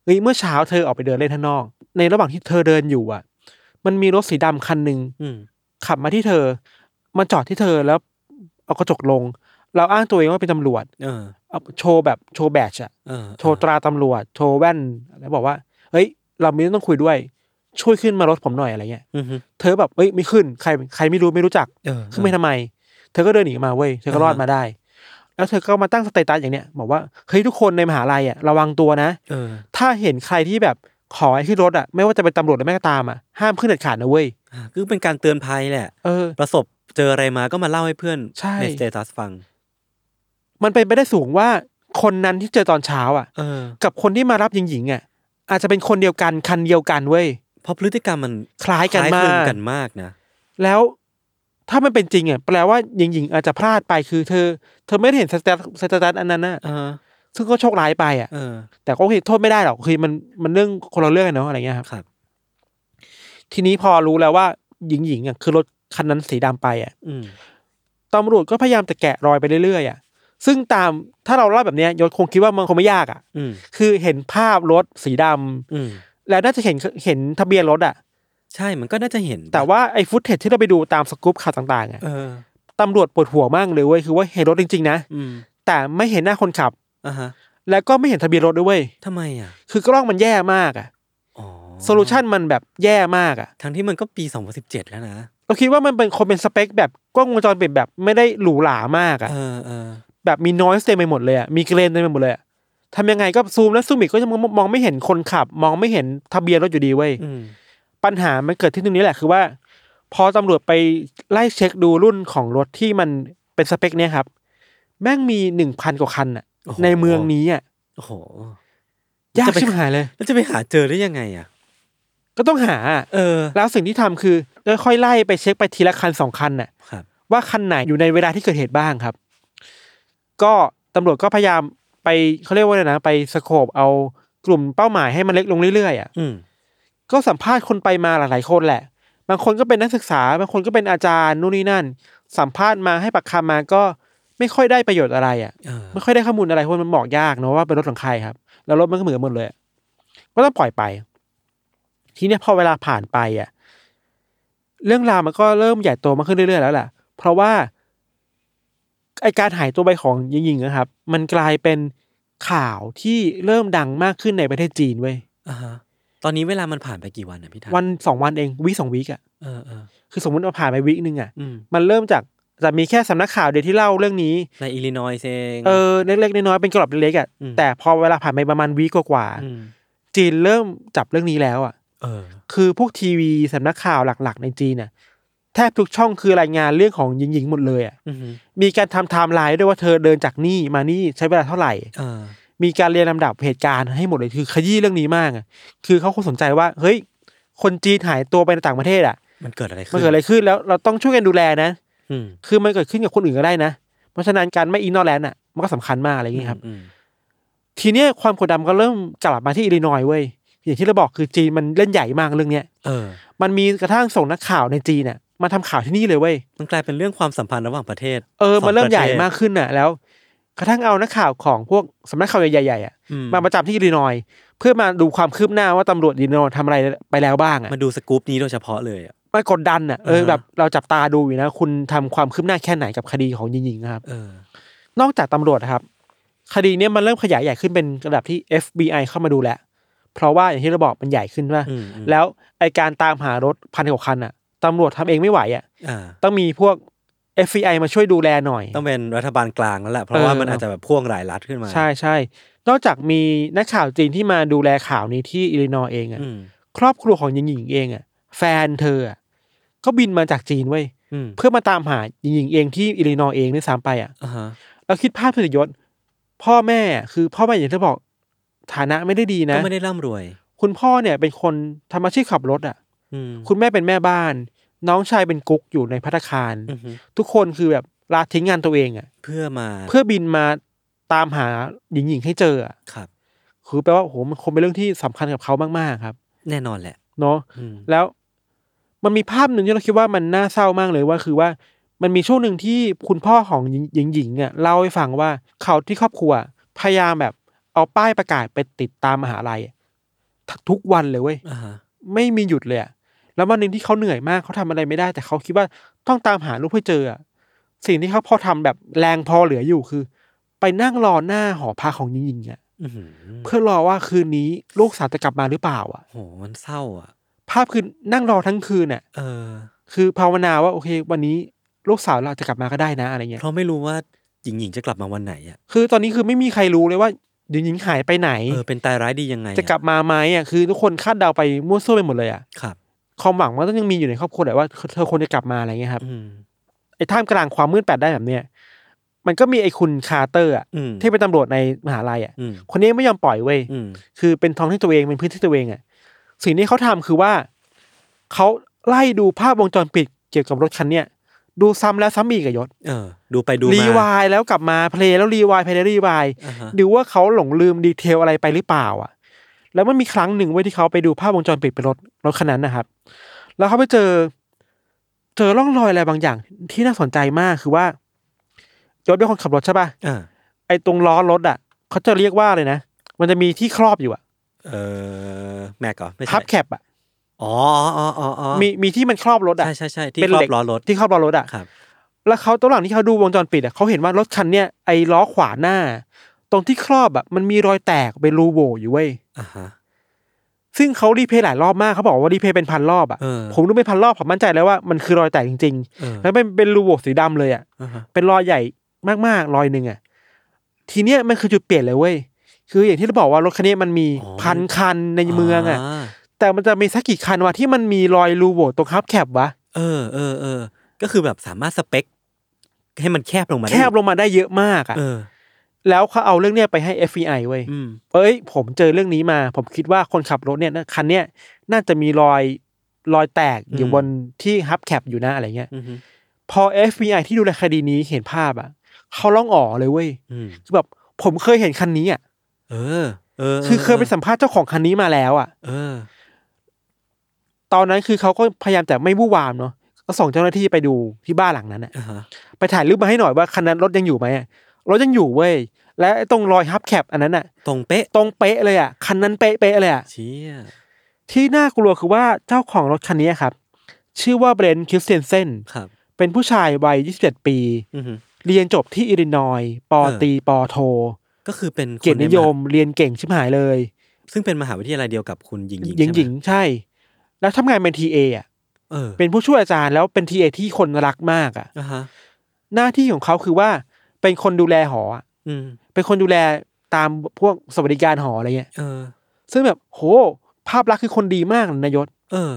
Speaker 3: เฮ้ยเมื่อเช้าเธอออกไปเดินเล่นข้างนอก ในระหว่างที่เธอเดินอยู่อ่ะ มันมีรถสีดำคันหนึ่ง
Speaker 2: อืม
Speaker 3: ขับมาที่เธอมาจอดที่เธอแล้วเอากระจกลง เราอ้างตัวเองว่าเป็นตำรวจ
Speaker 2: เออ
Speaker 3: เอาโชว์แบบโชว์แบตชอะ
Speaker 2: เออ
Speaker 3: โชว์ตราตำรวจโชว์แว่นแล้วบอกว่า เฮ้ย เรามีเรื่องต้องคุยด้วย ช่วยขึ้นมารถผมหน่อยอะไรเงี้ย
Speaker 2: อืมฮึ
Speaker 3: เธอแบบเอ้ยไม่ขึ้นใครใครไม่รู้ไม่รู้จัก
Speaker 2: เออ
Speaker 3: ขึ้นไปทำไม เธอก็เดินหนีมาเว้ยเธอก็รอด
Speaker 2: อ่าฮะ
Speaker 3: มาได้ แล้วเธอก็มาตั้งสเตตัสอย่างเนี้ยบอกว่าเฮ้ยทุกคนในมหาลัยอ่ะระวังตัวนะ
Speaker 2: เออ
Speaker 3: ถ้าเห็นใครที่แบบขอให้ขึ้นรถอ่ะไม่ว่าจะเป็นตำรวจหรือแม่ก็ตามอ่ะห้ามขึ้นเด็ดขาดนะเว้ย
Speaker 2: อ่ะคือเป็นการเตือนภัยแหละ
Speaker 3: เออ
Speaker 2: ประสบเจออะไรมาก็มาเล่าให้เพื่อน
Speaker 3: ใช่
Speaker 2: สเตตัสฟัง
Speaker 3: มันเป็นไปได้สูงว่าคนนั้นที่เจอตอนเช้าอ่ะ
Speaker 2: เออ
Speaker 3: กับคนที่มารับหญิงๆอ่ะอาจจะเป็นคนเดียวกันคันเดียวกันเว้ย
Speaker 2: เพราะพฤติกรรมมัน
Speaker 3: คล้ายกันมาก
Speaker 2: คลึงกันมากนะ
Speaker 3: แล้วถ้ามันเป็นจริงอ่ะแปลว่าหญิงหญิงอาจจะพลาดไปคือเธอ เธอไม่ได้เห็นสเตตัสสเตตัสอันนั้นนะ
Speaker 2: เออ
Speaker 3: ซึ่งก็โชคร้ายไปอ่ะ
Speaker 2: เออ
Speaker 3: แต่ก็โอเคโทษไม่ได้หรอกคือมันมันเรื่องคนละเรื่องกันเนาะอะไรเงี้ยครับ
Speaker 2: ครับ
Speaker 3: ทีนี้พอรู้แล้วว่าหญิงหญิงอ่ะคือรถคันนั้นสีดำไปอ่ะ
Speaker 2: อืม
Speaker 3: ตำรวจก็พยายามจะแกะรอยไปเรื่อยๆอ่ะซึ่งตามถ้าเราเล่าแบบเนี้ยยศคงคิดว่ามันคงไม่ยากอ่ะ
Speaker 2: อืม
Speaker 3: คือเห็นภาพรถสีดำ
Speaker 2: อืม
Speaker 3: แล้วน่าจะเห็นเห็นทะเบียนรถอ่ะ
Speaker 2: ใช่ มันก็น่าจะเห็น
Speaker 3: แต่ว่าไอ้ฟุตเทจที่เราไปดูตามสกู๊ปข่าวต่างๆอ่ะ
Speaker 2: เออ
Speaker 3: ตำรวจปวดหัวมากเลยเว้ยคือว่าเห็นรถจริงๆนะ
Speaker 2: อืม
Speaker 3: แต่ไม่เห็นหน้าคนขับ
Speaker 2: อ่ะฮะ
Speaker 3: แล้วก็ไม่เห็นทะเบียนรถด้วยเวย
Speaker 2: ทำไมอ่ะ
Speaker 3: คือกล้องมันแย่มากอะ
Speaker 2: อ๋อ
Speaker 3: โซลูชันมันแบบแย่มากอะ
Speaker 2: ทั้งที่มันก็ปี 2017 แล้วนะ
Speaker 3: เราคิดว่ามันเป็นคนเป็นสเปค แบบกล้องวงจรปิดแบบไม่ได้หรูหรามากอะ
Speaker 2: เออเออ
Speaker 3: แบบมีนอยสเต็มไปหมดเลยอะมีเกรนเต็มไปหมดเลยอะทำยังไงก็ซูมแล้วซูมอีกก็ยังมองไม่เห็นคนขับ มองไม่เห็นทะเบียนรถอยู่ดีเว้ย
Speaker 2: อืม
Speaker 3: ปัญหามันเกิดที่ตรงนี้แหละคือว่า พอตำรวจไปไล่เช็คดูรุ่นของรถที่มันเป็นสเปค เนี่ยครับ แม่งมีหนึ่งพันกว่าคันอะ
Speaker 2: โอ้โห
Speaker 3: ในเมืองนี้อะ
Speaker 2: โ โอ้โห
Speaker 3: ยาก
Speaker 2: จะไป
Speaker 3: ชิบหายเลย
Speaker 2: แล้วจะไปหาเจอได้ยังไงอ่ะ
Speaker 3: ก็ต้องหา
Speaker 2: เออ
Speaker 3: แล้วสิ่งที่ทำคือค่อยๆไล่ไปเช็คไปทีละคันสองคันน่ะ
Speaker 2: ครับ
Speaker 3: ว่าคันไหนอยู่ในเวลาที่เกิดเหตุบ้างครับ ก็ตำรวจก็พยายามไปเขาเรียกว่าอะไรนะไปสโคบเอากลุ่มเป้าหมายให้มันเล็กลงเรื่อยๆอ่ะ
Speaker 2: อืม
Speaker 3: ก็สัมภาษณ์คนไปมาหลายๆคนแหละ บางคนก็เป็นนักศึกษา บางคนก็เป็นอาจารย์นู่นนี่นั่น สัมภาษณ์มาให้ปากคำมาก็ไม่ค่อยได้ประโยชน์อะไรอ่ะ
Speaker 2: เออ
Speaker 3: ไม่ค่อยได้ข้อมูลอะไรเพราะมันบอกยากเนอะว่าเป็นรถของใครครับ แล้วรถมันก็เหมือนหมดเลยอะก็ต้องปล่อยไป ทีเนี้ยพอเวลาผ่านไปอ่ะ เรื่องราวมันก็เริ่มใหญ่โตมากขึ้นเรื่อยๆแล้วแหละเพราะว่าไอการหายตัวไปของหญิงๆนะครับ มันกลายเป็นข่าวที่เริ่มดังมากขึ้นในประเทศจีนเว้ย
Speaker 2: อ่าฮะ ตอนนี้เวลามันผ่านไปกี่วันอ่ะพี่ทัน
Speaker 3: วันสองวันเองวิสองวิกอ่ะ
Speaker 2: เออเออ
Speaker 3: คือสมมติเราผ่านไปวิกหนึ่งอ่ะ
Speaker 2: อืม
Speaker 3: มันเริ่มจากจะมีแค่สำนักข่าวเดียวที่เล่าเรื่องนี้
Speaker 2: ในอิลลินอยส์เอง
Speaker 3: เออเล็กๆน้อยๆเป็นกรอบเล็กๆอ่ะ
Speaker 2: อืม
Speaker 3: แต่พอเวลาผ่านไปประมาณวีกว่าๆ
Speaker 2: ม
Speaker 3: จีนเริ่มจับเรื่องนี้แล้วอ่ะ
Speaker 2: เออ
Speaker 3: คือพวกทีวีสำนักข่าวหลักๆ ในจีนน่ะแทบทุกช่องคือรายงานเรื่องของหญิงๆหมดเลยอ่ะ
Speaker 2: อือหือ
Speaker 3: มีการทำไทม์ไลน์ด้วยว่าเธอเดินจากนี่มานี่ใช้เวลาเท่าไหร่
Speaker 2: เออ
Speaker 3: มีการเรียงลำดับเหตุการณ์ให้หมดเลยคือขยี้เรื่องนี้มากอ่ะ คือเขาคงสนใจว่าเฮ้ยคนจีนหายตัวไปในต่างประเทศอ่ะ
Speaker 2: มันเกิดอะไรขึ้น
Speaker 3: มันเกิดอะไรขึ้นแล้วเราต้องช่วยกันดูแลนะ
Speaker 2: อืม
Speaker 3: คือมันเกิดขึ้นกับคนอื่นก็ได้นะ เพราะฉะนั้นการไม่อินนอแลนด์อ่ะมันก็สำคัญมากอะไรอย่างนี้ครับ
Speaker 2: อืม
Speaker 3: ทีเนี้ยความกดดันก็เริ่มกลับมาที่อิลลินอยส์เว้ยอย่างที่เราบอกคือจีนมันเล่นใหญ่มากเรื่องเนี้ย
Speaker 2: เออ
Speaker 3: มันมีกระทั่งส่งนักข่าวในจีนน่ะมาทำข่าวที่นี่เลยเว้ย
Speaker 2: มันกลายเป็นเรื่องความสัมพันธ์ระหว่างประเทศ
Speaker 3: เออ
Speaker 2: สง
Speaker 3: มันเริ่มใหญ่
Speaker 2: ประทศ
Speaker 3: มากขึ้นน่ะ แล้ว กระทั่งเอานักข่าวของพวกสำนักข่าวใหญ่ๆอ่ะ
Speaker 2: อื
Speaker 3: มาประจำที่อิลลินอยส์เพื่อมาดูความคืบหน้าว่าตำรวจอิลลินอยส์ทำอะไรไปแล้วบ้างอ่ะ
Speaker 2: มาดูสกู๊ปนี้โดยเฉพาะเลยอะ
Speaker 3: มันกดดันน่ะเออ
Speaker 2: อ่าฮะ
Speaker 3: แบบเราจับตาดูอยู่นะ คุณทำความคืบหน้าแค่ไหนกับคดีของหญิงๆนะครับ
Speaker 2: เออ
Speaker 3: นอกจากตำรวจนะครับ คดีเนี้ยมันเริ่มขยายใหญ่ขึ้นเป็นระดับที่ FBI เข้ามาดูแลเพราะว่าอย่างที่เราบอกมันใหญ่ขึ้นว่า
Speaker 2: อืมอืม
Speaker 3: แล้วไอการตามหารถพันกว่าคันอ่ะตำรวจทำเองไม่ไหวอ่ะ
Speaker 2: อ่า
Speaker 3: ต้องมีพวก FBI มาช่วยดูแลหน่อย
Speaker 2: ต้องเป็นรัฐบาลกลางแล้วแหละ เพ
Speaker 3: เอ
Speaker 2: ราะ
Speaker 3: อ
Speaker 2: ว่ามันอาจจะแบบพ่วงหลายรัฐขึ้นมา
Speaker 3: ใช่ใช่นอกจากมีนักข่าวจีนที่มาดูแลข่าวนี้ที่อิลลินอยส์เองอ่ะ
Speaker 2: อืม
Speaker 3: ครอบครัวของหญิงหญิงเองอ่ะแฟนเธออ่ะก็บินมาจากจีนเว้ย
Speaker 2: อืม
Speaker 3: เพื่อมาตามหาหญิงหญิงเองที่อิลลินอยส์เองด้วยซ้ำไปอ่ะ
Speaker 2: อ่าฮะ
Speaker 3: เราคิดภาพสุริยศพ่อแม่คือพ่อแม่อย่างที่บอกฐานะไม่ได้ดี
Speaker 2: ก็
Speaker 3: นะ
Speaker 2: ไม่ได้ร่ำรวย
Speaker 3: คุณพ่อเนี่ยเป็นคนทำอาชีพขับรถอ่ะ
Speaker 2: อืม
Speaker 3: คุณแม่เป็นแม่บ้าน น้องชายเป็นกุ๊กอยู่ในพัตตาคาร
Speaker 2: อือฮึ
Speaker 3: ทุกคนคือแบบลาทิ้งงานตัวเองอ่ะ
Speaker 2: เพื่อมา
Speaker 3: เพื่อบินมาตามหาหญิงหญิงให้เจออ่ะ
Speaker 2: ครับ
Speaker 3: คือแปลว่าโอ้โหมันคงเป็นเรื่องที่สำคัญกับเขามากๆครับ
Speaker 2: แน่นอนแหละ
Speaker 3: เนาะ
Speaker 2: อืม
Speaker 3: แล้วมันมีภาพหนึ่งที่เราคิดว่ามันน่าเศร้ามากเลยว่าคือว่ามันมีช่วงหนึ่งที่คุณพ่อของหญิงหญิงหญิงอ่ะเล่าให้ฟังว่าเขาที่ครอบครัวพยายามแบบเอาป้ายประกาศไปติดตามมหาลัยอะทุกวันเลยเว้ย
Speaker 2: อ่าฮะ
Speaker 3: ไม่มีหยุดเลยอะแล้ววันหนึ่งที่เขาเหนื่อยมากเขาทำอะไรไม่ได้ แต่เขาคิดว่าต้องตามหาลูกให้เจออะสิ่งที่เขาพอทำแบบแรงพอเหลืออยู่คือ ไปนั่งรอหน้าหอพักของหญิงๆอะ
Speaker 2: อือหือ
Speaker 3: เพื่อรอว่าคืนนี้ลูกสาวจะกลับมาหรือเปล่าอะ
Speaker 2: โห มันเศร้าอ่ะ
Speaker 3: ภาพคือนั่งรอทั้งคืนอะ
Speaker 2: เออ
Speaker 3: คือภาวนาว่าโอเค วันนี้ลูกสาวเราจะกลับมาก็ได้นะอะไรเงี้ย
Speaker 2: เพราะไม่รู้ว่าหญิงหญิงจะกลับมาวันไหนอ่ะ
Speaker 3: คือตอนนี้คือไม่มีใครรู้เลยว่าหญิงๆหายไปไหน
Speaker 2: เออ เป็นตายร้ายดียังไงอ
Speaker 3: จะกลับมาไหมอะคือทุกคนคาดเดาไปมั่วซั่วไปหมดเลยอะ
Speaker 2: ครับ
Speaker 3: ความหวังมันต้องยังมีอยู่ในครอบครัวแหละว่าเธอควรจะกลับมาอะไรเงี้ยครับ
Speaker 2: อืม
Speaker 3: ไอ้ท่ามกลางความมืดแปดได้านแบบเนี้ยมันก็มีไอ้คุณคาร์เตอร์อะ
Speaker 2: อืม
Speaker 3: ที่เป็นตำรวจในมหาลัยอะ
Speaker 2: อืม
Speaker 3: คนนี้ไม่ยอมปล่อยเว้ย
Speaker 2: อืม
Speaker 3: คือเป็นท้องที่ตัวเองเป็นพื้นที่ตัวเองอะสิ่งที่เขาทำคือว่าเขาไล่ดูภาพวงจรปิดเกี่ยวกับรถคันเนี้ยดูซ้ำแล้วซ้ำอีกอะยศ
Speaker 2: เออ ดูไปดูมา
Speaker 3: รีวายแล้วกลับมาเพลย์แล้วรีวายเพลย์แล้วรีวาย
Speaker 2: อ่าฮะ
Speaker 3: ดูว่าเขาหลงลืมดีเทลอะไรไปหรือเปล่าอะแล้วมันมีครั้งหนึ่งเว้ยที่เขาไปดูภาพวงจรปิดเป็นรถรถคันนั้นนะครับ แล้วเขาไปเจอ เจอร่องรอยอะไรบางอย่างที่น่าสนใจมากคือว่ายศเป็นคนขับรถใช่ป่ะ
Speaker 2: อ่า
Speaker 3: ไอ้ตรงล้อรถอ่ะเขาจะเรียกว่าเลยนะ มันจะมีที่ครอบอยู่อ่ะ
Speaker 2: เออ แม็กเหรอไม่ใช่
Speaker 3: พับแคปอ่ะ
Speaker 2: อ๋ออ๋ออ๋ออ๋อ
Speaker 3: มีมีที่มันครอบรถอ่ะ
Speaker 2: ใช่ใช่ใช่ที่
Speaker 3: เป็น
Speaker 2: ครอ
Speaker 3: เหล็ก
Speaker 2: บล้อรถ
Speaker 3: ที่ครอบล้อรถอ่ะ
Speaker 2: ครับ
Speaker 3: แล้วเขาตอนหลังที่เขาดูวงจรปิดอ่ะเขาเห็นว่ารถคันเนี้ยไอ้ล้อขวาหน้า ตรงที่ครอบอ่ะมันมีรอยแตกเป็นรูโหว่อยู่เว้ย
Speaker 2: อ่าฮะ
Speaker 3: ซึ่งเขารีเพลย์หลายรอบมากเขาบอกว่ารีเพลย์เป็นพันรอบอ่ะ
Speaker 2: เออ
Speaker 3: ผมดูเป็นพันรอบผมมั่นใจแล้วว่ามันคือรอยแตกจริง
Speaker 2: เออ
Speaker 3: ๆแล้วเป็นเป็นรูโหว่สีดำเลยอ่ะ
Speaker 2: อ่าฮะ
Speaker 3: เป็นรอยใหญ่มากๆรอยหนึ่งอ่ะ ทีเนี้ยมันคือจุดเปลี่ยนเลยเว้ย คืออย่างที่เราบอกว่ารถคันนี้มันมีพันคันในเมืองอ่ะ
Speaker 2: า
Speaker 3: แต่มันจะมีสักกี่คันวะที่มันมีรอยรูโหว่ตรงคับแคบวะ
Speaker 2: เออเออเออ ก็คือแบบสามารถสเปค ให้มันแคบลงมาได้
Speaker 3: แคบลงมาได้เยอะมากอ่ะ
Speaker 2: เออ
Speaker 3: แล้วเขาเอาเรื่องเนี้ยไปให้ FBI เว้ย
Speaker 2: อืม
Speaker 3: เอ้ย ผมเจอเรื่องนี้มา ผมคิดว่าคนขับรถเนี่ยน่ะคันเนี้ยน่าจะมีรอยรอยแตกอยู่
Speaker 2: อืม
Speaker 3: บนที่ฮับแคปอยู่นะอะไรเงี้ย
Speaker 2: อืม
Speaker 3: พอ FBI ที่ดูแลคดีนี้เห็นภาพอ่ะเขาร้องอ๋อเลยเว้ย
Speaker 2: อืม
Speaker 3: คือแบบผมเคยเห็นคันนี้อ่ะ
Speaker 2: เออ เออ
Speaker 3: คือเคยไปสัมภาษณ์เจ้าของคันนี้มาแล้วอ่ะ
Speaker 2: เออ
Speaker 3: ตอนนั้นคือเขาก็พยายามแต่ไม่วู่วามเนาะ ก็ส่งเจ้าหน้าที่ไปดูที่บ้านหลังนั้นอ่ะ
Speaker 2: อ่าฮะ
Speaker 3: ไปถ่ายรูปมาให้หน่อยว่าคันนั้นรถยังอยู่ไหมอะรถยังอยู่เว้ย และไอ้ตรงรอยฮับแคปอันนั้นอ่ะ
Speaker 2: ตรงเป๊ะ
Speaker 3: ตรงเป๊ะเลยอ่ะ คันนั้นเป๊ะเป๊ะเลยอ่ะ
Speaker 2: เชี่ย
Speaker 3: ที่น่ากลัวคือว่าเจ้าของรถคันนี้ครับ ชื่อว่าเบรนท์คริสเตียนเซน
Speaker 2: ครับ
Speaker 3: เป็นผู้ชายวัย 27 ปี
Speaker 2: อืม
Speaker 3: เรียนจบที่อิลลินอยส์ปอ
Speaker 2: เออ
Speaker 3: ตรีปอโท
Speaker 2: ก็คือเป็นค
Speaker 3: เกียรตินิยม
Speaker 2: ใ
Speaker 3: เรียนเก่งชิบหายเลย
Speaker 2: หาซึ่งเป็นมหาวิทยาลัยเดียวกับคุณหญิงหญิง
Speaker 3: หญิงหญิง
Speaker 2: ใช่ไม
Speaker 3: ใช่ แล้วทำงานเป็นทีเออ่ะ
Speaker 2: เออ
Speaker 3: เป็นผู้ช่วยอาจารย์แล้วเป็นทีเอที่คนรักมากอ่ะ
Speaker 2: อ่าฮะ
Speaker 3: หน้าที่ของเขาคือว่าเป็นคนดูแลหออะ
Speaker 2: อืม
Speaker 3: เป็นคนดูแลตามพวกสวัสดิการหออะไรเงี้ย
Speaker 2: เออ
Speaker 3: ซึ่งแบบโห ภาพลักษณ์คือคนดีมากเลยนายศ
Speaker 2: เออ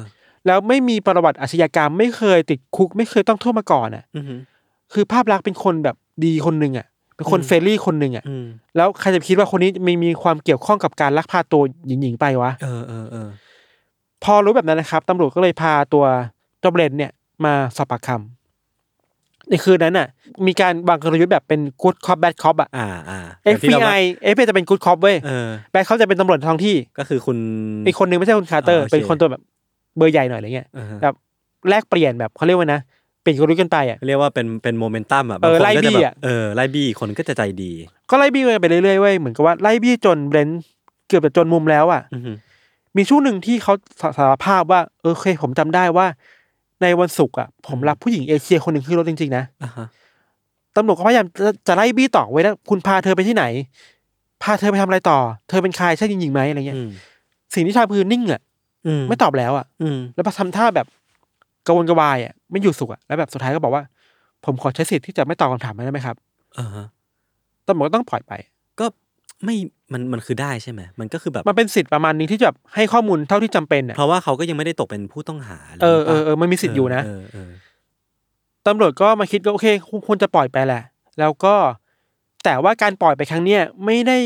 Speaker 3: แล้วไม่มีประวัติอาชญากรรม ไม่เคยติดคุก ไม่เคยต้องโทษมาก่อนอ่ะ
Speaker 2: อืม
Speaker 3: คือภาพลักษณ์เป็นคนแบบดีคนหนึ่งอ่ะ เป็นคน
Speaker 2: อืม
Speaker 3: เฟรนลี่คนหนึ่งอ่ะ
Speaker 2: อืม
Speaker 3: แล้วใครจะไปคิดว่าคนนี้มีมีความเกี่ยวข้องกับการลักพาตัวหญิงๆไปวะ
Speaker 2: เออเออเออ
Speaker 3: พอรู้แบบนั้นนะครับตำรวจก็เลยพาตัวเจอบเรนเนี่ยมาสอบปากคำในคืนนั้นน่ะ มีการวางกลยุทธ์แบบเป็นกู๊ดคอปแบดคอปอ่ะ
Speaker 2: อ่าอ่าแบบที่ราว่า
Speaker 3: FBI FBI จะเป็นกู๊ดคอปเว้ย
Speaker 2: เออ
Speaker 3: แบดคอปจะเป็นตำรวจท้องที่
Speaker 2: ก็คือคุณ
Speaker 3: อีกคนนึงไม่ใช่คุณคาร์เตอร์
Speaker 2: อ่าโอเค
Speaker 3: เป็นคนตัวแบบเบอร์ใหญ่หน่อยอะไรเงี้ย
Speaker 2: อ่าฮะ
Speaker 3: แบบแลกเปลี่ยนแบบเขาเรียกว่านะเปลี่ยนกลยุทธ์กันไปอ่ะ
Speaker 2: เรียกว่าเป็นเป็นโมเมนตัม
Speaker 3: เอ
Speaker 2: อ่ะางค
Speaker 3: อบ
Speaker 2: น
Speaker 3: ไล่
Speaker 2: ก็
Speaker 3: บี้
Speaker 2: จะแบบ
Speaker 3: อะ
Speaker 2: เออไล่บี้อีกคนก็จะใจดี
Speaker 3: ก็ไล่บี้กันไปเรื่อยๆเว้ยเหมือนกับว่าไล่บี้จนเบรนท์เกือบจะจนมุมแล้วอ่ะ
Speaker 2: อืม
Speaker 3: มีช่วงหนึ่งที่เขาสาสารภาพว่าเออโอเคผมจำได้ว่า ในวันศุกร์อ่ะผมรับผู้หญิงเอเชียคนหนึ่งขึ้นรถจริงๆนะ
Speaker 2: อ่าฮะ
Speaker 3: ตำรวจก็พยายามจะจะไล่บี้ต่อไว้แล้วคุณพาเธอไปที่ไหน พาเธอไปทำอะไรต่อ เธอเป็นใครใช่จริงๆไหมอะไรเงี้ย
Speaker 2: อืม
Speaker 3: สิ่งที่ชายพืนนิ่งอ่ะ
Speaker 2: อืม
Speaker 3: ไม่ตอบแล้วอ่ะ
Speaker 2: อืม
Speaker 3: แล้วพอทำท่าแบบกระวนกระวายอ่ะไม่อยู่สุขอ่ะแล้วแบบสุดท้ายก็บอกว่า ผมขอใช้สิทธิ์ที่จะไม่ตอบคำถามได้ไหมครับ
Speaker 2: อ่าฮะ
Speaker 3: ตำรวจก็ต้องปล่อยไป
Speaker 2: ก็ไม่มันมันคือได้ใช่ไหมมันก็คือแบบ
Speaker 3: มันเป็นสิทธิ์ประมาณนี้ที่จะแบบให้ข้อมูลเท่าที่จำเป็นอ่ะ
Speaker 2: เพราะว่าเขาก็ยังไม่ได้ตกเป็นผู้ต้องหาหรื
Speaker 3: เออ
Speaker 2: ป
Speaker 3: เอ
Speaker 2: ล่า
Speaker 3: อเออมันมีสิทธิ์อยู่นะ
Speaker 2: เเออ
Speaker 3: ตำรวจก็มาคิดก็โอเคคงควรจะปล่อยไปแหละ แล้วก็แต่ว่าการปล่อยไปครั้งเนี้ยไม่ได้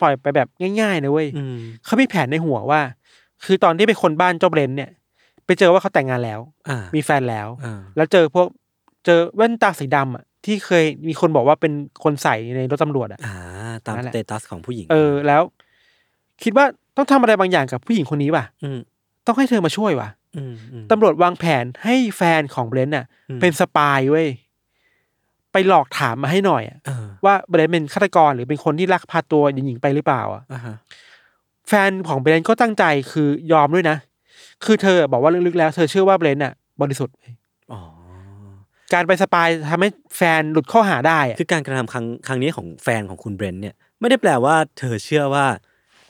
Speaker 3: ปล่อยไปแบบง่ายๆนะเว้ย
Speaker 2: อืม
Speaker 3: เขามีแผนในหัวว่า คือตอนที่ไปคนบ้านเจ้าเบรนเนี่ย ไปเจอว่าเขาแต่งงานแล้ว
Speaker 2: อ่า
Speaker 3: มีแฟนแล้ว
Speaker 2: อ่า
Speaker 3: แล้วเจอพวกเจอแว่นตาสีดำอ่ะที่เคยมีคนบอกว่าเป็นคนใส่ในรถตำรวจอ่ะ
Speaker 2: อ่า ตาม
Speaker 3: นั่
Speaker 2: ส
Speaker 3: นแหละ
Speaker 2: เตตัสของผู้หญิง
Speaker 3: เออแล้ว คิดว่าต้องทำอะไรบางอย่างกับผู้หญิงคนนี้ว่ะ
Speaker 2: อืม
Speaker 3: ต้องให้เธอมาช่วยว่ะ
Speaker 2: อืมอืม
Speaker 3: ตำรวจวางแผนให้แฟนของเบรนน่ะ
Speaker 2: อืม
Speaker 3: เป็นสปายเว้ยไปหลอกถามมาให้หน่อยอะ
Speaker 2: เออ
Speaker 3: ว่าเบรนเป็นฆาตกรหรือเป็นคนที่ลักพาตัวหญิงๆไปหรือเปล่าอ่ะ
Speaker 2: อ่าฮะ
Speaker 3: แฟนของเบรนก็ตั้งใจคือยอมด้วยนะ คือเธอบอกว่าลึกๆแล้ว เธอเชื่อว่าเบรนน่ะ บริสุทธิ์
Speaker 2: อ๋อ
Speaker 3: การไปสปายทำให้แฟนหลุดข้อหาได้อะ
Speaker 2: คือการกระทำครั้งครั้งนี้ของแฟนของคุณเบรนท์เนี่ยไม่ได้แปลว่าเธอเชื่อว่า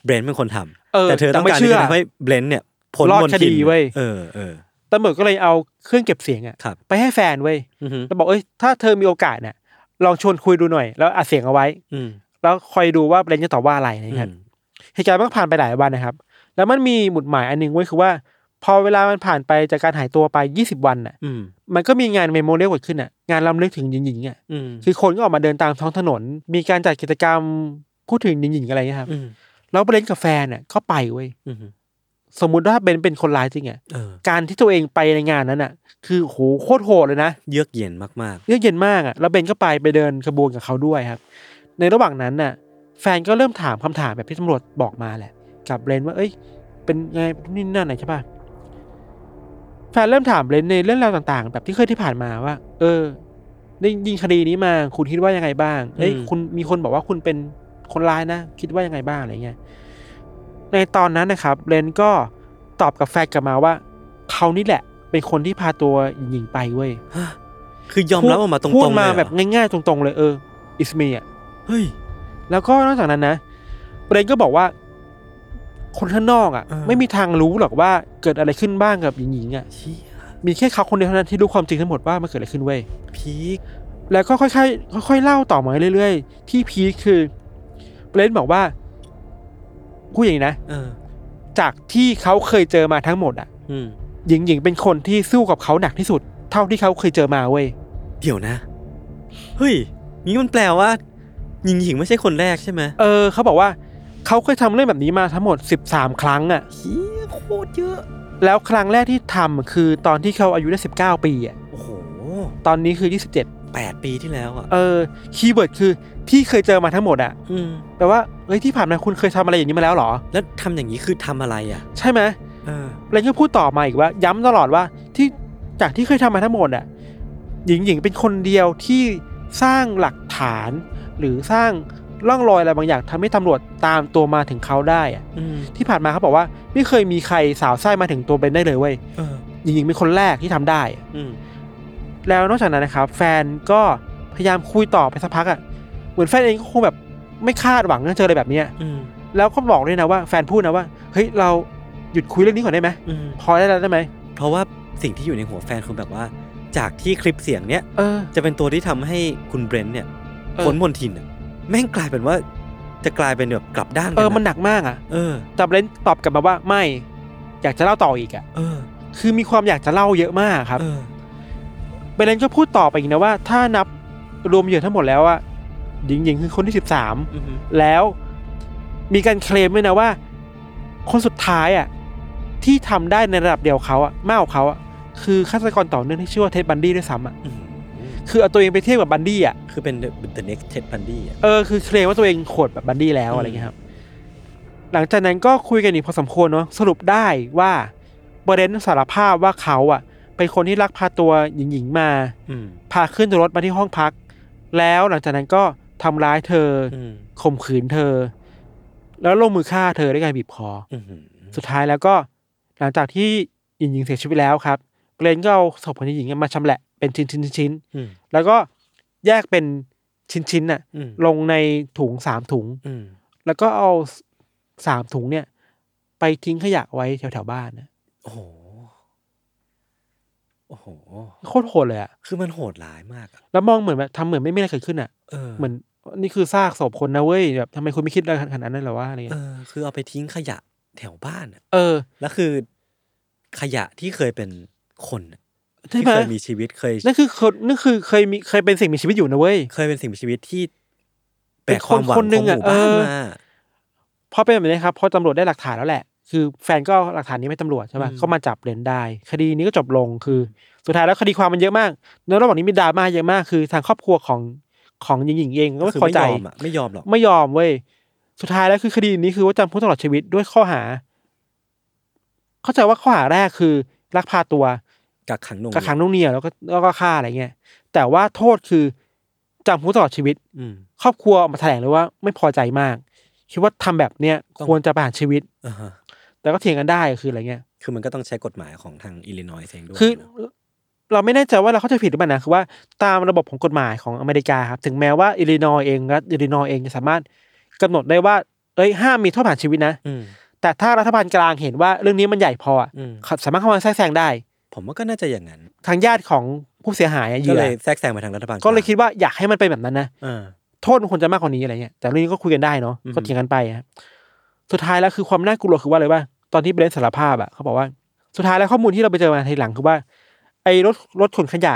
Speaker 2: เบรนท์เป็นคนทำแต่เธอต้องการที่
Speaker 3: ไม่
Speaker 2: จะทำให้เบรนท์เนี่ยพ้น
Speaker 3: รอด
Speaker 2: มน
Speaker 3: ค
Speaker 2: ทิน
Speaker 3: ดีเว้ย
Speaker 2: เออเออ
Speaker 3: ตำรวจก็เลยเอาเครื่องเก็บเสียงอะ
Speaker 2: ครับ
Speaker 3: ไปให้แฟนเว้ย
Speaker 2: อือฮึ
Speaker 3: แล้วบอกเอ้ยถ้าเธอมีโอกาสน่ะลองชวนคุยดูหน่อย แล้วอัดเสียงเอาไว้
Speaker 2: อืม
Speaker 3: แล้วคอยดูว่าเบรนจะตอบว่าอะไรนะครับ
Speaker 2: อืม
Speaker 3: เหตุการณ์มันก็ผ่านไปหลายวันนะครับ แล้วมันมีหมุดหมายอันหนึงเว้ยคือว่า พอเวลามันผ่านไปจากการหายตัวไป 20 วันน่ะ
Speaker 2: อืม
Speaker 3: มันก็มีงานเมโมเรียลเกิดขึ้นน่ะงานรำลึกถึงหญิงๆอ่ะ
Speaker 2: อืม
Speaker 3: คือคนก็ออกมาเดินตามท้องถนน มีการจัดกิจกรรมพูดถึงหญิงๆอะไรเงี้ยครับ
Speaker 2: อืม
Speaker 3: แล้วเบรนกับแฟนน่ะก็ไปเว้ย
Speaker 2: อืม
Speaker 3: สมมุติว่าเบนเป็นคนร้ายจริงอ่ะ
Speaker 2: เออ
Speaker 3: การที่ตัวเองไปในงานนั้นอ่ะ คือโหโคตรโหดเลยนะ
Speaker 2: เยือกเย็นมาก
Speaker 3: เลือกเย็นมากอ่ะ แล้วเบนก็ไปไปเดินขบวนกับเขาด้วยครับ ในระหว่างนั้นน่ะ แฟนก็เริ่มถามคำถามแบบที่ตำรวจบอกมาแหละ กับเบรนว่า เอ้ย เป็นไงนี่นั่นอะไรใช่ปะแฟนเริ่มถามเบรนในเรื่องราวต่างๆ แบบที่เคยที่ผ่านมาว่า เออได้ยิงคดีนี้มาคุณคิดว่ายังไงบ้าง เอ้ยคุณมีคนบอกว่าคุณเป็นคนร้ายนะ คิดว่ายังไงบ้างอะไรเงี้ย ในตอนนั้นนะครับเบรนก็ตอบกับแฟนกลับมาว่าเขานี่แหละ เป็นคนที่พาตัวหญิงๆไปเว้ย
Speaker 2: ๆฮะคือยอมรับออกมาตรงๆ
Speaker 3: พู
Speaker 2: เล
Speaker 3: ด
Speaker 2: ย
Speaker 3: มา
Speaker 2: เหรอ
Speaker 3: แบบง่ายๆตรงๆเลยเอออิสเมีย
Speaker 2: เฮ้ย
Speaker 3: แล้วก็นอกจากนั้นนะเบรนก็บอกว่า คนข้างนอกอ่ะ
Speaker 2: เออ
Speaker 3: ไม่มีทางรู้หรอกว่าเกิดอะไรขึ้นบ้างกับหญิงๆอ่ะ
Speaker 2: เชี่ย
Speaker 3: มีแค่เขาคนเดียวเท่านั้นที่รู้ความจริงทั้งหมดว่ามันเกิดอะไรขึ้นเว้ย
Speaker 2: พีค
Speaker 3: แล้วก็ค่อยๆค่อยๆเล่าต่อมาเรื่อยๆ ที่พีคคือเบรนบอกว่าพูดอย่างนี้นะ
Speaker 2: เออ
Speaker 3: จากที่เขาเคยเจอมาทั้งหมดอ่ะ
Speaker 2: อืม
Speaker 3: หญิงๆเป็นคนที่สู้กับเขาหนักที่สุด เท่าที่เขาเคยเจอมาเว้ย
Speaker 2: เดี๋ยวนะ เฮ้ยงี้มันแปลว่า หญิงหญิงไม่ใช่คนแรกใช่ไหม
Speaker 3: เออเขาบอกว่าเขาเคยทำเรื่องแบบนี้มาทั้งหมด 13 ครั้งอ่ะ
Speaker 2: เฮียโคตรเยอะ
Speaker 3: แล้วครั้งแรกที่ทำคือตอนที่เขาอายุได้ 19 ปีอ่ะ
Speaker 2: โอ้โห
Speaker 3: ตอนนี้คือ
Speaker 2: แปดปีที่แล้วอ่ะ
Speaker 3: 27 เออ คีย์เวิร์ดคือที่เคยเจอมาทั้งหมดอ่ะ
Speaker 2: อืม
Speaker 3: แปลว่า เฮ้ย ที่ผ่านมาคุณเคยทำอะไรอย่างนี้มาแล้วเหรอ
Speaker 2: แล้วทำอย่างนี้คือทำอะไรอ่ะ
Speaker 3: ใช่ไหม
Speaker 2: เออ
Speaker 3: แล้วก็พูดต่อมาอีกว่า ย้ำตลอดว่าที่จากที่เคยทำมาทั้งหมดอ่ะ หญิงหญิงเป็นคนเดียวที่สร้างหลักฐาน หรือสร้างร่องรอยอะไรบางอย่างทำให้ตำรวจตามตัวมาถึงเขาได้อ่ะ
Speaker 2: อืม
Speaker 3: ที่ผ่านมาเขาบอกว่าไม่เคยมีใครสาวไส้มาถึงตัวเบนได้เลยเว้ย
Speaker 2: เออ
Speaker 3: หญิงๆเป็นคนแรกที่ทำได้
Speaker 2: อืม
Speaker 3: แล้วนอกจากนั้นนะครับ แฟนก็พยายามคุยต่อไปสักพักอะ่ะ เหมือนแฟนเองก็คงแบบไม่คาดหวังจะเจออะไรแบบเนี้ย
Speaker 2: อืม
Speaker 3: แล้วก็บอกด้วยนะว่าแฟนพูดนะว่า เฮ้ยเราหยุดคุยเรื่องนี้ก่อนได้ไหม
Speaker 2: อืม
Speaker 3: พอได้แล้วได้ไหม
Speaker 2: เพราะว่าสิ่งที่อยู่ในหัวแฟนคือแบบว่า จากที่คลิปเสียงเนี้ย
Speaker 3: เออ
Speaker 2: จะเป็นตัวที่ทำให้คุณเบรนท์เนี่ย
Speaker 3: เออ
Speaker 2: พ้นมนทินอะแม่งกลายเป็นว่า จะกลายเป็นแบบกลับด้านกั
Speaker 3: เออ
Speaker 2: อะ
Speaker 3: มันหนักมากอะ่ะ
Speaker 2: เออ
Speaker 3: แต่เบรนตอบกลับมาว่าไม่อยากจะเล่าต่ออีกอะ่ะ
Speaker 2: เออ
Speaker 3: คือมีความอยากจะเล่าเยอะมากครับ
Speaker 2: เออ
Speaker 3: เบรนก็พูดต่อไปอีกนะว่า ถ้านับรวมเหยื่อทั้งหมดแล้วอะหญิงหญิงๆคือคนที่สิบสาม
Speaker 2: อืม
Speaker 3: แล้วมีการเคลมด้วยนะว่า คนสุดท้ายอ่ะที่ทำได้ในระดับเดียวเขาอ่ะมากกว่าเขาอ่ะคือฆาตกรต่อเนื่องที่ชื่อว่าเท็ดบันดี้ด้วยซ้ำอ่ะ
Speaker 2: อืม
Speaker 3: คือเอาตัวเองไปเทียบกับบันดี้อ่ะ
Speaker 2: คือเป็น the, the next Ted Bundy อ่ะ
Speaker 3: เออคือเคลมว่าตัวเองโขดแบบบันดี้แล้ว
Speaker 2: อืม
Speaker 3: อะไรเงี้ยครับ หลังจากนั้นก็คุยกันอีกพอสมควรเนาะสรุปได้ว่าเบรนท์สารภาพว่าเขาอ่ะ เป็นคนที่ลักพาตัวหญิงๆมา
Speaker 2: อืม
Speaker 3: พาขึ้นรถมาที่ห้องพัก แล้วหลังจากนั้นก็ทำร้ายเธออ
Speaker 2: อืม
Speaker 3: ข่มขืนเธอ แล้วลงมือฆ่าเธอด้วยการบีบคอ
Speaker 2: อืม
Speaker 3: สุดท้ายแล้วก็ หลังจากที่หญิงหญิงเสียชีวิตแล้วครับเบรนก็เอาศพของหญิงหญิงมาชำแหละเป็นชิ้นชิ้นชิ้นๆ
Speaker 2: อืม
Speaker 3: ๆๆแล้วก็แยกเป็นชิ้นชิ้นๆน่ะ
Speaker 2: อืม
Speaker 3: ลงในถุงสามถุง
Speaker 2: อืม
Speaker 3: แล้วก็เอาสามถุงเนี่ย ไปทิ้งขยะไว้แถวแถวๆบ้านนะ
Speaker 2: โอ้โหโอ้โห
Speaker 3: โคตรโหดเลยอะ
Speaker 2: คือมันโหดร้ายมากอะ
Speaker 3: แล้วมองเหมือนแบบทำเหมือนไม่มีอะไรเกิดขึ้นอะ
Speaker 2: เออ
Speaker 3: เหมือนนี่คือซากศพคนนะเว้ยแบบทำไมคุณไม่คิดอะไรขนาดนั้นเลยเหรอวะอะไร
Speaker 2: เอ
Speaker 3: เงี้ย
Speaker 2: อ คือเอาไปทิ้งขยะแถวบ้านอะ
Speaker 3: เออ
Speaker 2: แล้วคือ ขยะที่เคยเป็นคนอะ
Speaker 3: ใช่
Speaker 2: ที่
Speaker 3: ไหม
Speaker 2: เคยมีชีวิตเคย
Speaker 3: นั่นคือคนนั่นคือเคยมีเคยเป็นสิ่งมีชีวิตอยู่นะเว้ย
Speaker 2: เคยเป็นสิ่งมีชีวิตที่แบ
Speaker 3: เป็น
Speaker 2: กความหวัง
Speaker 3: คนๆหนึ่
Speaker 2: ของ ง
Speaker 3: อะ
Speaker 2: หมู่บ้าน
Speaker 3: เออ
Speaker 2: มา
Speaker 3: พอเป็นแบบนี้ครับพอตำรวจได้หลักฐานแล้วแหละ คือแฟนก็เอาหลักฐานนี้ไปตำรวจใช่ปะ
Speaker 2: อืม
Speaker 3: ก็มาจับเรนได้ คดีนี้ก็จบลงคือ สุดท้ายแล้วคดีความมันเยอะมากในระหว่างนี้มีดราม่าเยอะมากคือทางครอบครัวของของหญิงหญิงเองก็ไม่
Speaker 2: คือ
Speaker 3: พอ
Speaker 2: ไม่
Speaker 3: ใจ
Speaker 2: ยอมอะไม่ยอมหรอก
Speaker 3: ไม่ยอมเว้ยสุดท้ายแล้วคือคดีนี้คือว่าจำคุกตลอดชีวิตด้วยข้อหา เข้าใจว่าข้อหาแรกคือลักพาตัว
Speaker 2: กักขังหนวง
Speaker 3: กักขังหนุ่งเหนียวแล้วก็แล้วก็ฆ่าอะไรเงี้ยแต่ว่าโทษคือจำคุกตลอดชีวิต
Speaker 2: อืม
Speaker 3: ครอบครัวออกมาแถลงเลยว่าไม่พอใจมาก คิดว่าทำแบบเนี้ย
Speaker 2: ต้อง
Speaker 3: ควรจะประหารชีวิต
Speaker 2: อ่าฮะ
Speaker 3: แต่ก็เถียงกันได้คืออะไรเงี้ย
Speaker 2: คือมันก็ต้องใช้กฎหมายของทางอิลลินอยส์เองด้วย
Speaker 3: คือ
Speaker 2: นะ
Speaker 3: เราไม่แน่ใจว่าเราเข้าใจผิดหรือเปล่านะคือว่าตามระบบของกฎหมายของอเมริกาครับ ถึงแม้ว่าอิลลินอยเองรัฐอิลลินอยเองจะสามารถกำหนดได้ว่าเอ้ยห้ามมีโทษประหารชีวิตนะ
Speaker 2: อืม
Speaker 3: แต่ถ้ารัฐบาลกลางเห็นว่าเรื่องนี้มันใหญ่พออะ
Speaker 2: อืม
Speaker 3: เขาสามารถเข้ามาแทรกแซงได้
Speaker 2: ผมว่าก็น่าจะอย่างนั้น
Speaker 3: ทางญาติของผู้เสียหายอะเห
Speaker 2: ก็
Speaker 3: ยื่
Speaker 2: เล
Speaker 3: อย
Speaker 2: แทรกแซงมาทางรัฐบาล
Speaker 3: ก็เลย
Speaker 2: ลาง
Speaker 3: คิดว่าอยากให้มันเป็นแบบนั้นนะ
Speaker 2: เออ
Speaker 3: โทษมันควรจะมากกว่านี้อะไรเงี้ยแต่เรื่องนี้ก็คุยกันได้เนาะ
Speaker 2: อือฮึ
Speaker 3: ก็เถียงกันไปครับสุดท้ายแล้วคือความน่ากลัวคือว่าอะไรว่าตอนที่เบรนสารภาพอะเขาบอกว่า สุดท้ายแล้วข้อมูลที่เราไปเจอมาทีหลังคือว่า ไอ้รถรถขนขยะ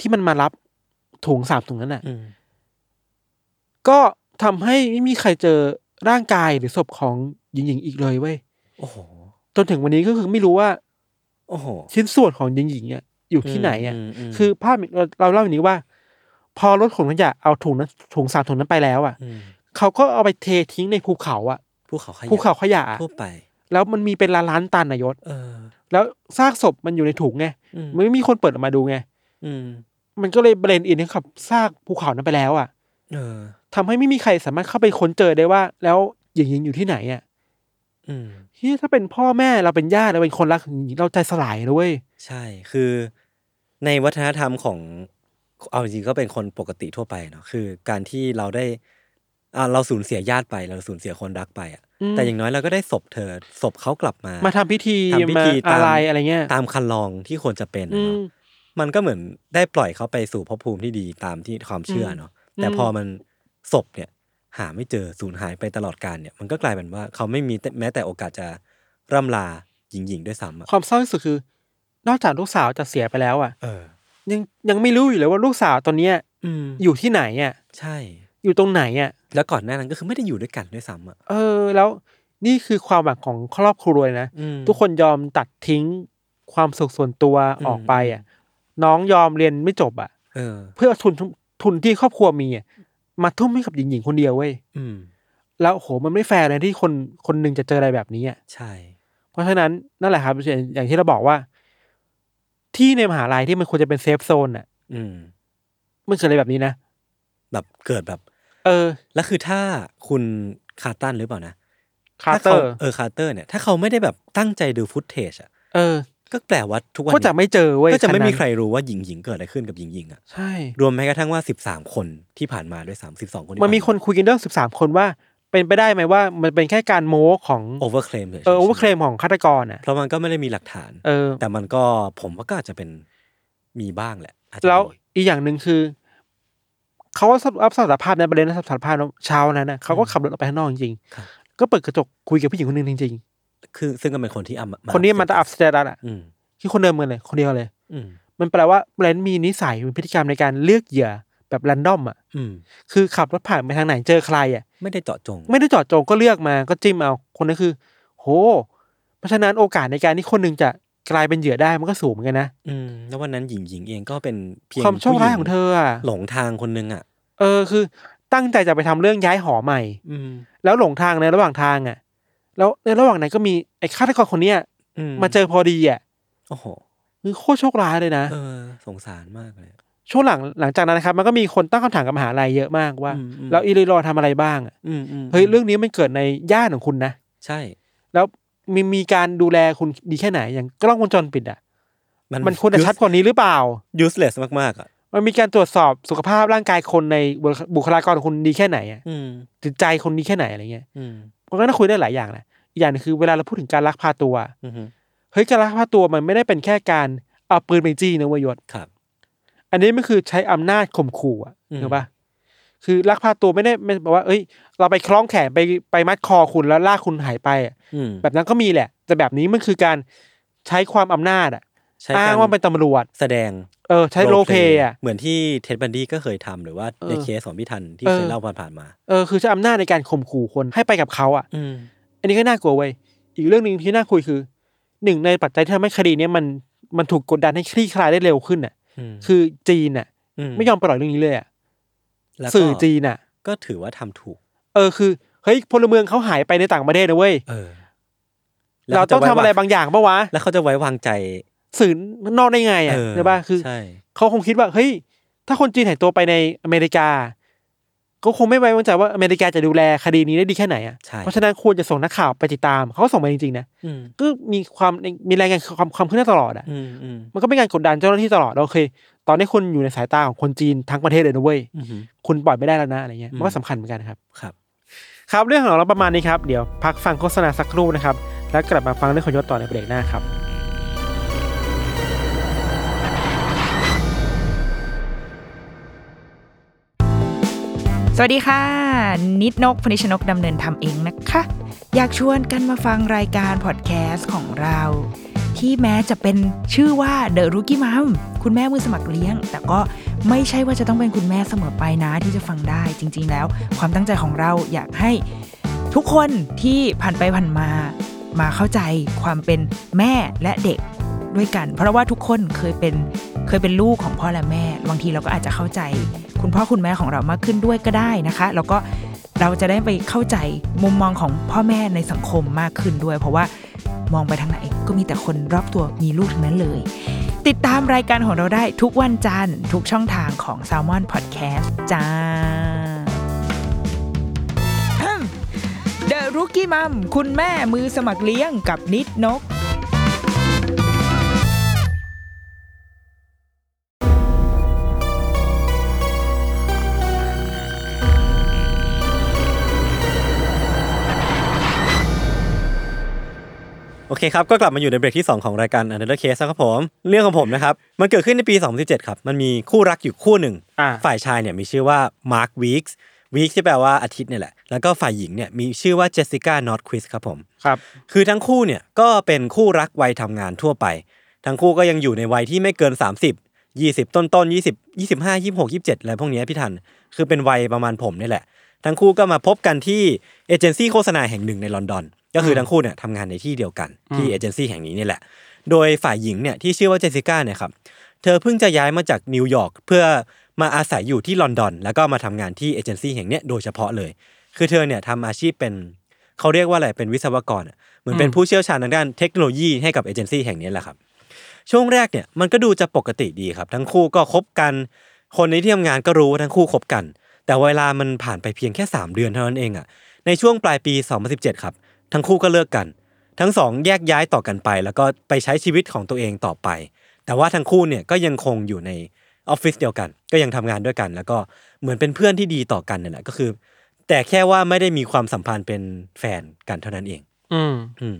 Speaker 3: ที่มันมารับถุงสามถุงนั้นน่ะ
Speaker 2: อืม
Speaker 3: ก็ทำให้ไม่มีใครเจอร่างกายหรือศพของหญิงหญิงอีกเลยเว้ย
Speaker 2: โอ้โห
Speaker 3: จนถึงวันนี้ก็คือไม่รู้ว่า
Speaker 2: โอ้โห
Speaker 3: ชิ้นส่วนของหญิงหญิงอะอยู่ที่ไหนอะ
Speaker 2: มม
Speaker 3: คือภาพเราเราเล่าอย่างนี้ว่า พอรถขนขยะเอาถุงนั้นถุงสามถุงนั้นไปแล้วอะ
Speaker 2: อืม
Speaker 3: เขาก็เอาไปเททิ้งในภูเขาอะ
Speaker 2: ภูเขาขยะ
Speaker 3: ภูเขาขยะอะ
Speaker 2: ทั่วไป
Speaker 3: แล้วมันมีเป็นล้านล้านตันนายศ
Speaker 2: เออ
Speaker 3: แล้วซากศพมันอยู่ในถุงไง
Speaker 2: อืม
Speaker 3: ไม่มีคนเปิดออกมาดูไง
Speaker 2: อืม
Speaker 3: มันก็เลยเบรนอินกับซากภูเขานั้นไปแล้วอะ
Speaker 2: เออ
Speaker 3: ทำให้ไม่มีใครสามารถเข้าไปค้นเจอได้ว่า แล้วหญิงหญิงอยู่ที่ไหนอะ
Speaker 2: อืม
Speaker 3: เฮ้ยถ้าเป็นพ่อแม่เราเป็นญาติเราเป็นคนรักหญิงหญิงเราใจสลายนะเลย
Speaker 2: ใช่คือในวัฒนธรรมของเอาจริงๆก็เป็นคนปกติทั่วไปเนาะคือการที่เราได้อ่าเราสูญเสียญาติไป เราสูญเสียคนรักไปอ่ะ
Speaker 3: ม
Speaker 2: แต่อย่างน้อยเราก็ได้ศพเธอศพเขากลับมา
Speaker 3: มาทำพิธี
Speaker 2: ทำพิ
Speaker 3: มา
Speaker 2: ธี
Speaker 3: อะ
Speaker 2: ตาม
Speaker 3: ไรอะไรเงี้ย
Speaker 2: ตามคันลองที่ควรจะเป็น
Speaker 3: อื
Speaker 2: อะ
Speaker 3: ม
Speaker 2: เนาะมันก็เหมือนได้ปล่อยเขาไปสู่ภพภูมิที่ดีตามที่ความเชื่อเนาะแต่
Speaker 3: อืม
Speaker 2: พอมันศพเนี่ย หาไม่เจอสูญหายไปตลอดการเนี่ย มันก็กลายเป็นว่าเขาไม่มีแม้แต่โอกาสจะร่ำลาหญิงๆด้วยซ้ำอะ
Speaker 3: ความเศร้าที่สุดคือ นอกจากลูกสาวจะเสียไปแล้วอะ
Speaker 2: เออ
Speaker 3: ยังยังไม่รู้อยู่เลยว่าลูกสาวตอนเนี้ย
Speaker 2: อืม
Speaker 3: อยู่ที่ไหนอะ
Speaker 2: ใช่
Speaker 3: อยู่ตรงไหนอ่ะ
Speaker 2: แล้วก่อนหน้านั้นก็คือไม่ได้อยู่ด้วยกันด้วยซ้ำอ่ะ
Speaker 3: เออ แล้วนี่คือความหวังของครอบครัวเลยนะ
Speaker 2: อืม
Speaker 3: ทุกคนยอมตัดทิ้งความสุขส่วนตัว
Speaker 2: อืม
Speaker 3: ออกไปอ่ะ น้องยอมเรียนไม่จบอ่ะ
Speaker 2: เออ
Speaker 3: เพื่อเอาทุนทุนทุนที่ครอบครัวมีอ่ะมาทุ่มให้กับหญิงหญิงๆคนเดียวเว้ย
Speaker 2: อืม
Speaker 3: แล้วโหมันไม่แฟร์เลยที่คนคนหนึ่งจะเจออะไรแบบนี้อ่ะ
Speaker 2: ใช่
Speaker 3: เพราะฉะนั้นนั่นแหละครับอย่างอย่างที่เราบอกว่า ที่ในมหาลัยที่มันควรจะเป็นเซฟโซนอ่ะ
Speaker 2: อืม
Speaker 3: มันเกิดอะไรแบบนี้นะ
Speaker 2: แบบเกิดแบบ
Speaker 3: เออ
Speaker 2: แล้วคือถ้าคุณคาร์ตันหรือเปล่านะ
Speaker 3: คาร์เต
Speaker 2: ถ้ข
Speaker 3: อร์
Speaker 2: เออคาร์เตอร์เนี่ยถ้าเขาไม่ได้แบบตั้งใจดูฟุตเทจอ่ะ
Speaker 3: เออ
Speaker 2: ก็แปลว่าทุกวัน
Speaker 3: ก็จะ
Speaker 2: เนี้ย
Speaker 3: ไม่เจอเว้ย
Speaker 2: ก็จะไม่มีใคร
Speaker 3: นนั้น
Speaker 2: รู้ว่าหญิงหญิงเกิดอะไรขึ้นกับหญิงหญิงอ่ะ
Speaker 3: ใช่
Speaker 2: รวมแม้กระทั่งว่า 13 คนที่ผ่านมาด้วย3 12 คน
Speaker 3: มันมีคนคุยกันเรื่องสิบสามคนว่า เป็นไปได้ไหมว่า มันเป็นแค่การโม้ของ
Speaker 2: โอเวอร์เคลม
Speaker 3: เออโอเวอร์เคลมของฆาตกรอ่ะ
Speaker 2: เพราะมันก็ไม่ได้มีหลักฐาน
Speaker 3: เออ
Speaker 2: แต่มันก็ผมว่าก็อาจจะเป็นมีบ้างแหละอาจจะ
Speaker 3: แล้ว
Speaker 2: มี
Speaker 3: อีกอย่างหนึ่งคือ เขารับสารภาพในประเด็นรับสารภาพแล้วเช้านั้นนะเขาก็ขับรถออกไปข้างนอกจริง
Speaker 2: ครับ
Speaker 3: ๆก็เปิดกระจกคุยกับผู้หญิงคนหนึ่งจริง
Speaker 2: คือซึ่งก็เป็นคนที่อัม
Speaker 3: ๆคนนี้มันตาอัพสเตตัสอ่ะ
Speaker 2: อืม
Speaker 3: ที่คนเดิมกันเลย คนเดียวเลย
Speaker 2: อืม
Speaker 3: มันแปลว่าแบรนด์มีนิสัยมีพฤติกรรมในการเลือกเหยื่อแบบรันดอมอ่ะ
Speaker 2: อืม
Speaker 3: คือขับรถผ่านไปทางไหนเจอใครอ่ะ
Speaker 2: ไม่ได้เจาะจง
Speaker 3: ไม่ได้เจอดจงก็เลือกมาก็จิ้มเอา คนนั้นคือ โห เพราะฉะนั้นโอกาสในการที่คนหนึ่งจะกลายเป็นเหยื่อได้มันก็สูงเหมือนกันนะ
Speaker 2: อืมแล้ววันนั้นหญิงหญิงเองก็เป็นเพียง
Speaker 3: ความโชคร้ายของเธออ่ะ
Speaker 2: หลงทางคนนึงอ่ะ
Speaker 3: เออคือตั้งใจจะไปทำเรื่องย้ายหอใหม่
Speaker 2: อืม
Speaker 3: แล้วหลงทางในระหว่างทางอ่ะ แล้วในระหว่างนั้นก็มีไอ้ฆาตกรคนเนี้ยมาเจอพอดีอ่ะ
Speaker 2: โอ้โห
Speaker 3: คือโคตรโชคร้ายเลยนะ
Speaker 2: เออ สงสารมากเลย
Speaker 3: ช่วงหลังหลังจากนั้นนะครับมันก็มีคนตั้งคำถามกับมหาลัยเยอะมากว่า
Speaker 2: อืมอืม
Speaker 3: แล้วอิริโรทำอะไรบ้างอะ
Speaker 2: อืมอืม
Speaker 3: เฮ้ยเรื่องนี้มันเกิดในย่านของคุณนะ
Speaker 2: ใช่
Speaker 3: แล้วมีมีการดูแลคุณดีแค่ไหนอย่างกล้องวงจรปิดอ่ะ มันควรจะชัดกว่านี้หรือเปล่า
Speaker 2: useless มากๆอ่ะ
Speaker 3: มันมีการตรวจสอบสุขภาพร่างกายคนในบุคบุคลากรของคุณดีแค่ไหนอะ
Speaker 2: อืม
Speaker 3: จิตใจคนดีแค่ไหนอะไรเงี้ย
Speaker 2: อืม
Speaker 3: มันก็น่าคุยได้หลายอย่างแหละอีกอย่างหนึงคือเวลาเราพูดถึงการลักพาตัว
Speaker 2: อืม
Speaker 3: เฮ้ยการลักพาตัวมันไม่ได้เป็นแค่การเอาปืนไปจี้นะเวยยศ
Speaker 2: ครับ
Speaker 3: อันนี้มันคือใช้อำนาจข่มขู่อะ
Speaker 2: อืม
Speaker 3: ถูกปะคือลักพาตัวไม่ได้ไม่แบอกว่าเอ้ย เราไปคล้องแขนไปไปมัดคอคุณแล้วลากคุณหายไปอะ
Speaker 2: อืม
Speaker 3: แบบนั้นก็มีแหละ แต่แบบนี้มันคือการใช้ความอำนาจอะ
Speaker 2: ใช้
Speaker 3: อ้างว่าเป็นตำรวจ
Speaker 2: แสดง
Speaker 3: เออใช้โรลเพลย์อะ
Speaker 2: เหมือนที่เท็ดบันดี้ก็เคยทำหรือว่า
Speaker 3: เออ
Speaker 2: ในเคสของพี่ทันที่
Speaker 3: เออ
Speaker 2: เคยเล่าผ่านๆมา
Speaker 3: เออคือใช้อำนาจในการข่มขู่คนให้ไปกับเขาอ่ะ
Speaker 2: อืม
Speaker 3: อันนี้ก็น่ากลัวเว้ยอีกเรื่องหนึ่งที่น่าคุยคือหนึ่งในปัจจัยที่ทำให้คดีเนี้ยมันมันถูกกดดันให้คลี่คลายได้เร็วขึ้นอ่ะ คือจีนอ่ะ ไม่ยอมปล่อยเรื่องนี้เลยอ่ะ
Speaker 2: แล้วก็
Speaker 3: สื่อจีนอ่ะ
Speaker 2: ก็ถือว่าทำถูก
Speaker 3: เออคือเฮ้ยพลเมืองเขาหายไปในต่างประเทศนะเว้ย
Speaker 2: เออ
Speaker 3: เราต้องทำอะไรบางอย่างปะวะ
Speaker 2: แล้วเขาจะไว้วางใจ
Speaker 3: สื่อนอกได้ไงอ่ะ
Speaker 2: เออ
Speaker 3: ใช่ปะคือ
Speaker 2: ใช่
Speaker 3: เขาคงคิดว่าเฮ้ยถ้าคนจีนหายตัวไปในอเมริกาก็คงไม่ไว้วางใจว่าอเมริกาจะดูแลคดีนี้ได้ดีแค่ไหนอ่ะ
Speaker 2: ใช่
Speaker 3: เพราะฉะนั้นควรจะส่งนักข่าวไปติดตามเขาก็ส่งไปจริงๆนะ
Speaker 2: อืม
Speaker 3: ก็มีความมีรายงานความความขึ้นหน้าตลอดอ่ะ
Speaker 2: อืมอืม
Speaker 3: มันก็เป็นการกดดันเจ้าหน้าที่ตลอดโอเค ตอนนี้คุณอยู่ในสายตาของคนจีนทั้งประเทศเลยนะเว้ย
Speaker 2: อืม
Speaker 3: คุณปล่อยไม่ได้แล้วนะอะไรเงี้ย
Speaker 2: อืม
Speaker 3: มันก็สำคัญเหมือนกันครับ
Speaker 2: ครับ
Speaker 3: ครับเรื่องของเราประมาณนี้ครับ เดี๋ยวพักฟังโฆษณาสักครู่นะครับ แล้วกลับมาฟังเรื่องของยศต่อในเบรกหน้าครับ
Speaker 4: สวัสดีค่ะ นิดนกพนิชนกดำเนินทำเองนะคะ อยากชวนกันมาฟังรายการพอดแคสต์ของเรา ที่แม้จะเป็นชื่อว่า The Rookie Mom คุณแม่มือสมัครเลี้ยง แต่ก็ไม่ใช่ว่าจะต้องเป็นคุณแม่เสมอไปนะที่จะฟังได้จริง ๆ แล้ว ความตั้งใจของเราอยากให้ทุกคนที่ผ่านไปผ่านมา มาเข้าใจความเป็นแม่และเด็กด้วยกัน เพราะว่าทุกคนเคยเป็นเคยเป็นลูกของพ่อและแม่ บางทีเราก็อาจจะเข้าใจ คุณพ่อคุณแม่ของเรามากขึ้นด้วยก็ได้นะคะ แล้วก็เราจะได้ไปเข้าใจมุมมองของพ่อแม่ในสังคมมากขึ้นด้วย เพราะว่ามองไปทางไหนก็มีแต่คนรอบตัวมีลูกทั้งนั้นเลย ติดตามรายการของเราได้ทุกวันจันทร์ทุกช่องทางของ s a l m o n Podcast จ้า The Rookie Mom คุณแม่มือสมัครเลี้ยงกับนิดนก
Speaker 2: โอเคครับ ก็กลับมาอยู่ในเบรกที่ 2 ของรายการ Another Case แล้วครับผม เรื่องของผมนะครับ มันเกิดขึ้นในปี 2017 ครับ มันมีคู่รักอยู่คู่หนึ่ง
Speaker 3: อ่า
Speaker 2: ฝ่ายชายเนี่ยมีชื่อว่ามาร์ควีคส์วีคที่แปลว่าอาทิตย์เนี่ยแหละ แล้วก็ฝ่ายหญิงเนี่ยมีชื่อว่าเจสสิก้านอตควิสครับผม
Speaker 3: ครับ
Speaker 2: คือทั้งคู่เนี่ยก็เป็นคู่รักวัยทำงานทั่วไป ทั้งคู่ก็ยังอยู่ในวัยที่ไม่เกิน 30 ยี่สิบต้นต้นยี่สิบยี่สิบห้ายี่หกยี่เจ็ดอะไรพวกเนี้ยพี่ทัน คือเป็นวัยประมาณผมนี่แหละ ทั้งคู่ก็มาพบกันที่เอเจนซี่โฆษณาแห่งหนึ่งในลอนดอน ก็คือทั้งคู่เนี่ยทำงานในที่เดียวกันที่
Speaker 3: อืม
Speaker 2: เอเจนซี่แห่งนี้นี่แหละ โดยฝ่ายหญิงเนี่ยที่ชื่อว่าเจสสิก้าเนี่ยครับ เธอเพิ่งจะย้ายมาจากนิวยอร์กเพื่อมาอาศัยอยู่ที่ลอนดอน แล้วก็มาทำงานที่เอเจนซี่แห่งเนี้ยโดยเฉพาะเลย คือเธอเนี่ยทำอาชีพเป็นเขาเรียกว่าอะไรเป็นวิศวกรอะเหมือนเป็นผู้เชี่ยวชาญทางด้านเทคโนโลยีให้กับเอเจนซี่แห่งนี้แหละครับ ช่วงแรกเนี่ยมันก็ดูจะปกติดีครับ ทั้งคู่ก็คบกัน คนในที่ทำงานก็รู้ว่าทั้งคู่คบกัน แต่เวลามันผ่านไปเพียงแค่ 3 เดือนเท่านั้นเองอะ่ะในช่วงปลายปี 2017 ครับ ทั้งคู่ก็เลิกกัน ทั้งสองแยกย้ายต่อกันไป แล้วก็ไปใช้ชีวิตของตัวเองต่อไป แต่ว่าทั้งคู่เนี่ยก็ยังคงอยู่ในออฟฟิศเดียวกัน ก็ยังทำงานด้วยกัน แล้วก็เหมือนเป็นเพื่อนที่ดีต่อกันนั่นแหละก็คือ แต่แค่ว่าไม่ได้มีความสัมพันธ์เป็นแฟนกันเท่านั้นเอง
Speaker 3: อืม
Speaker 2: อืม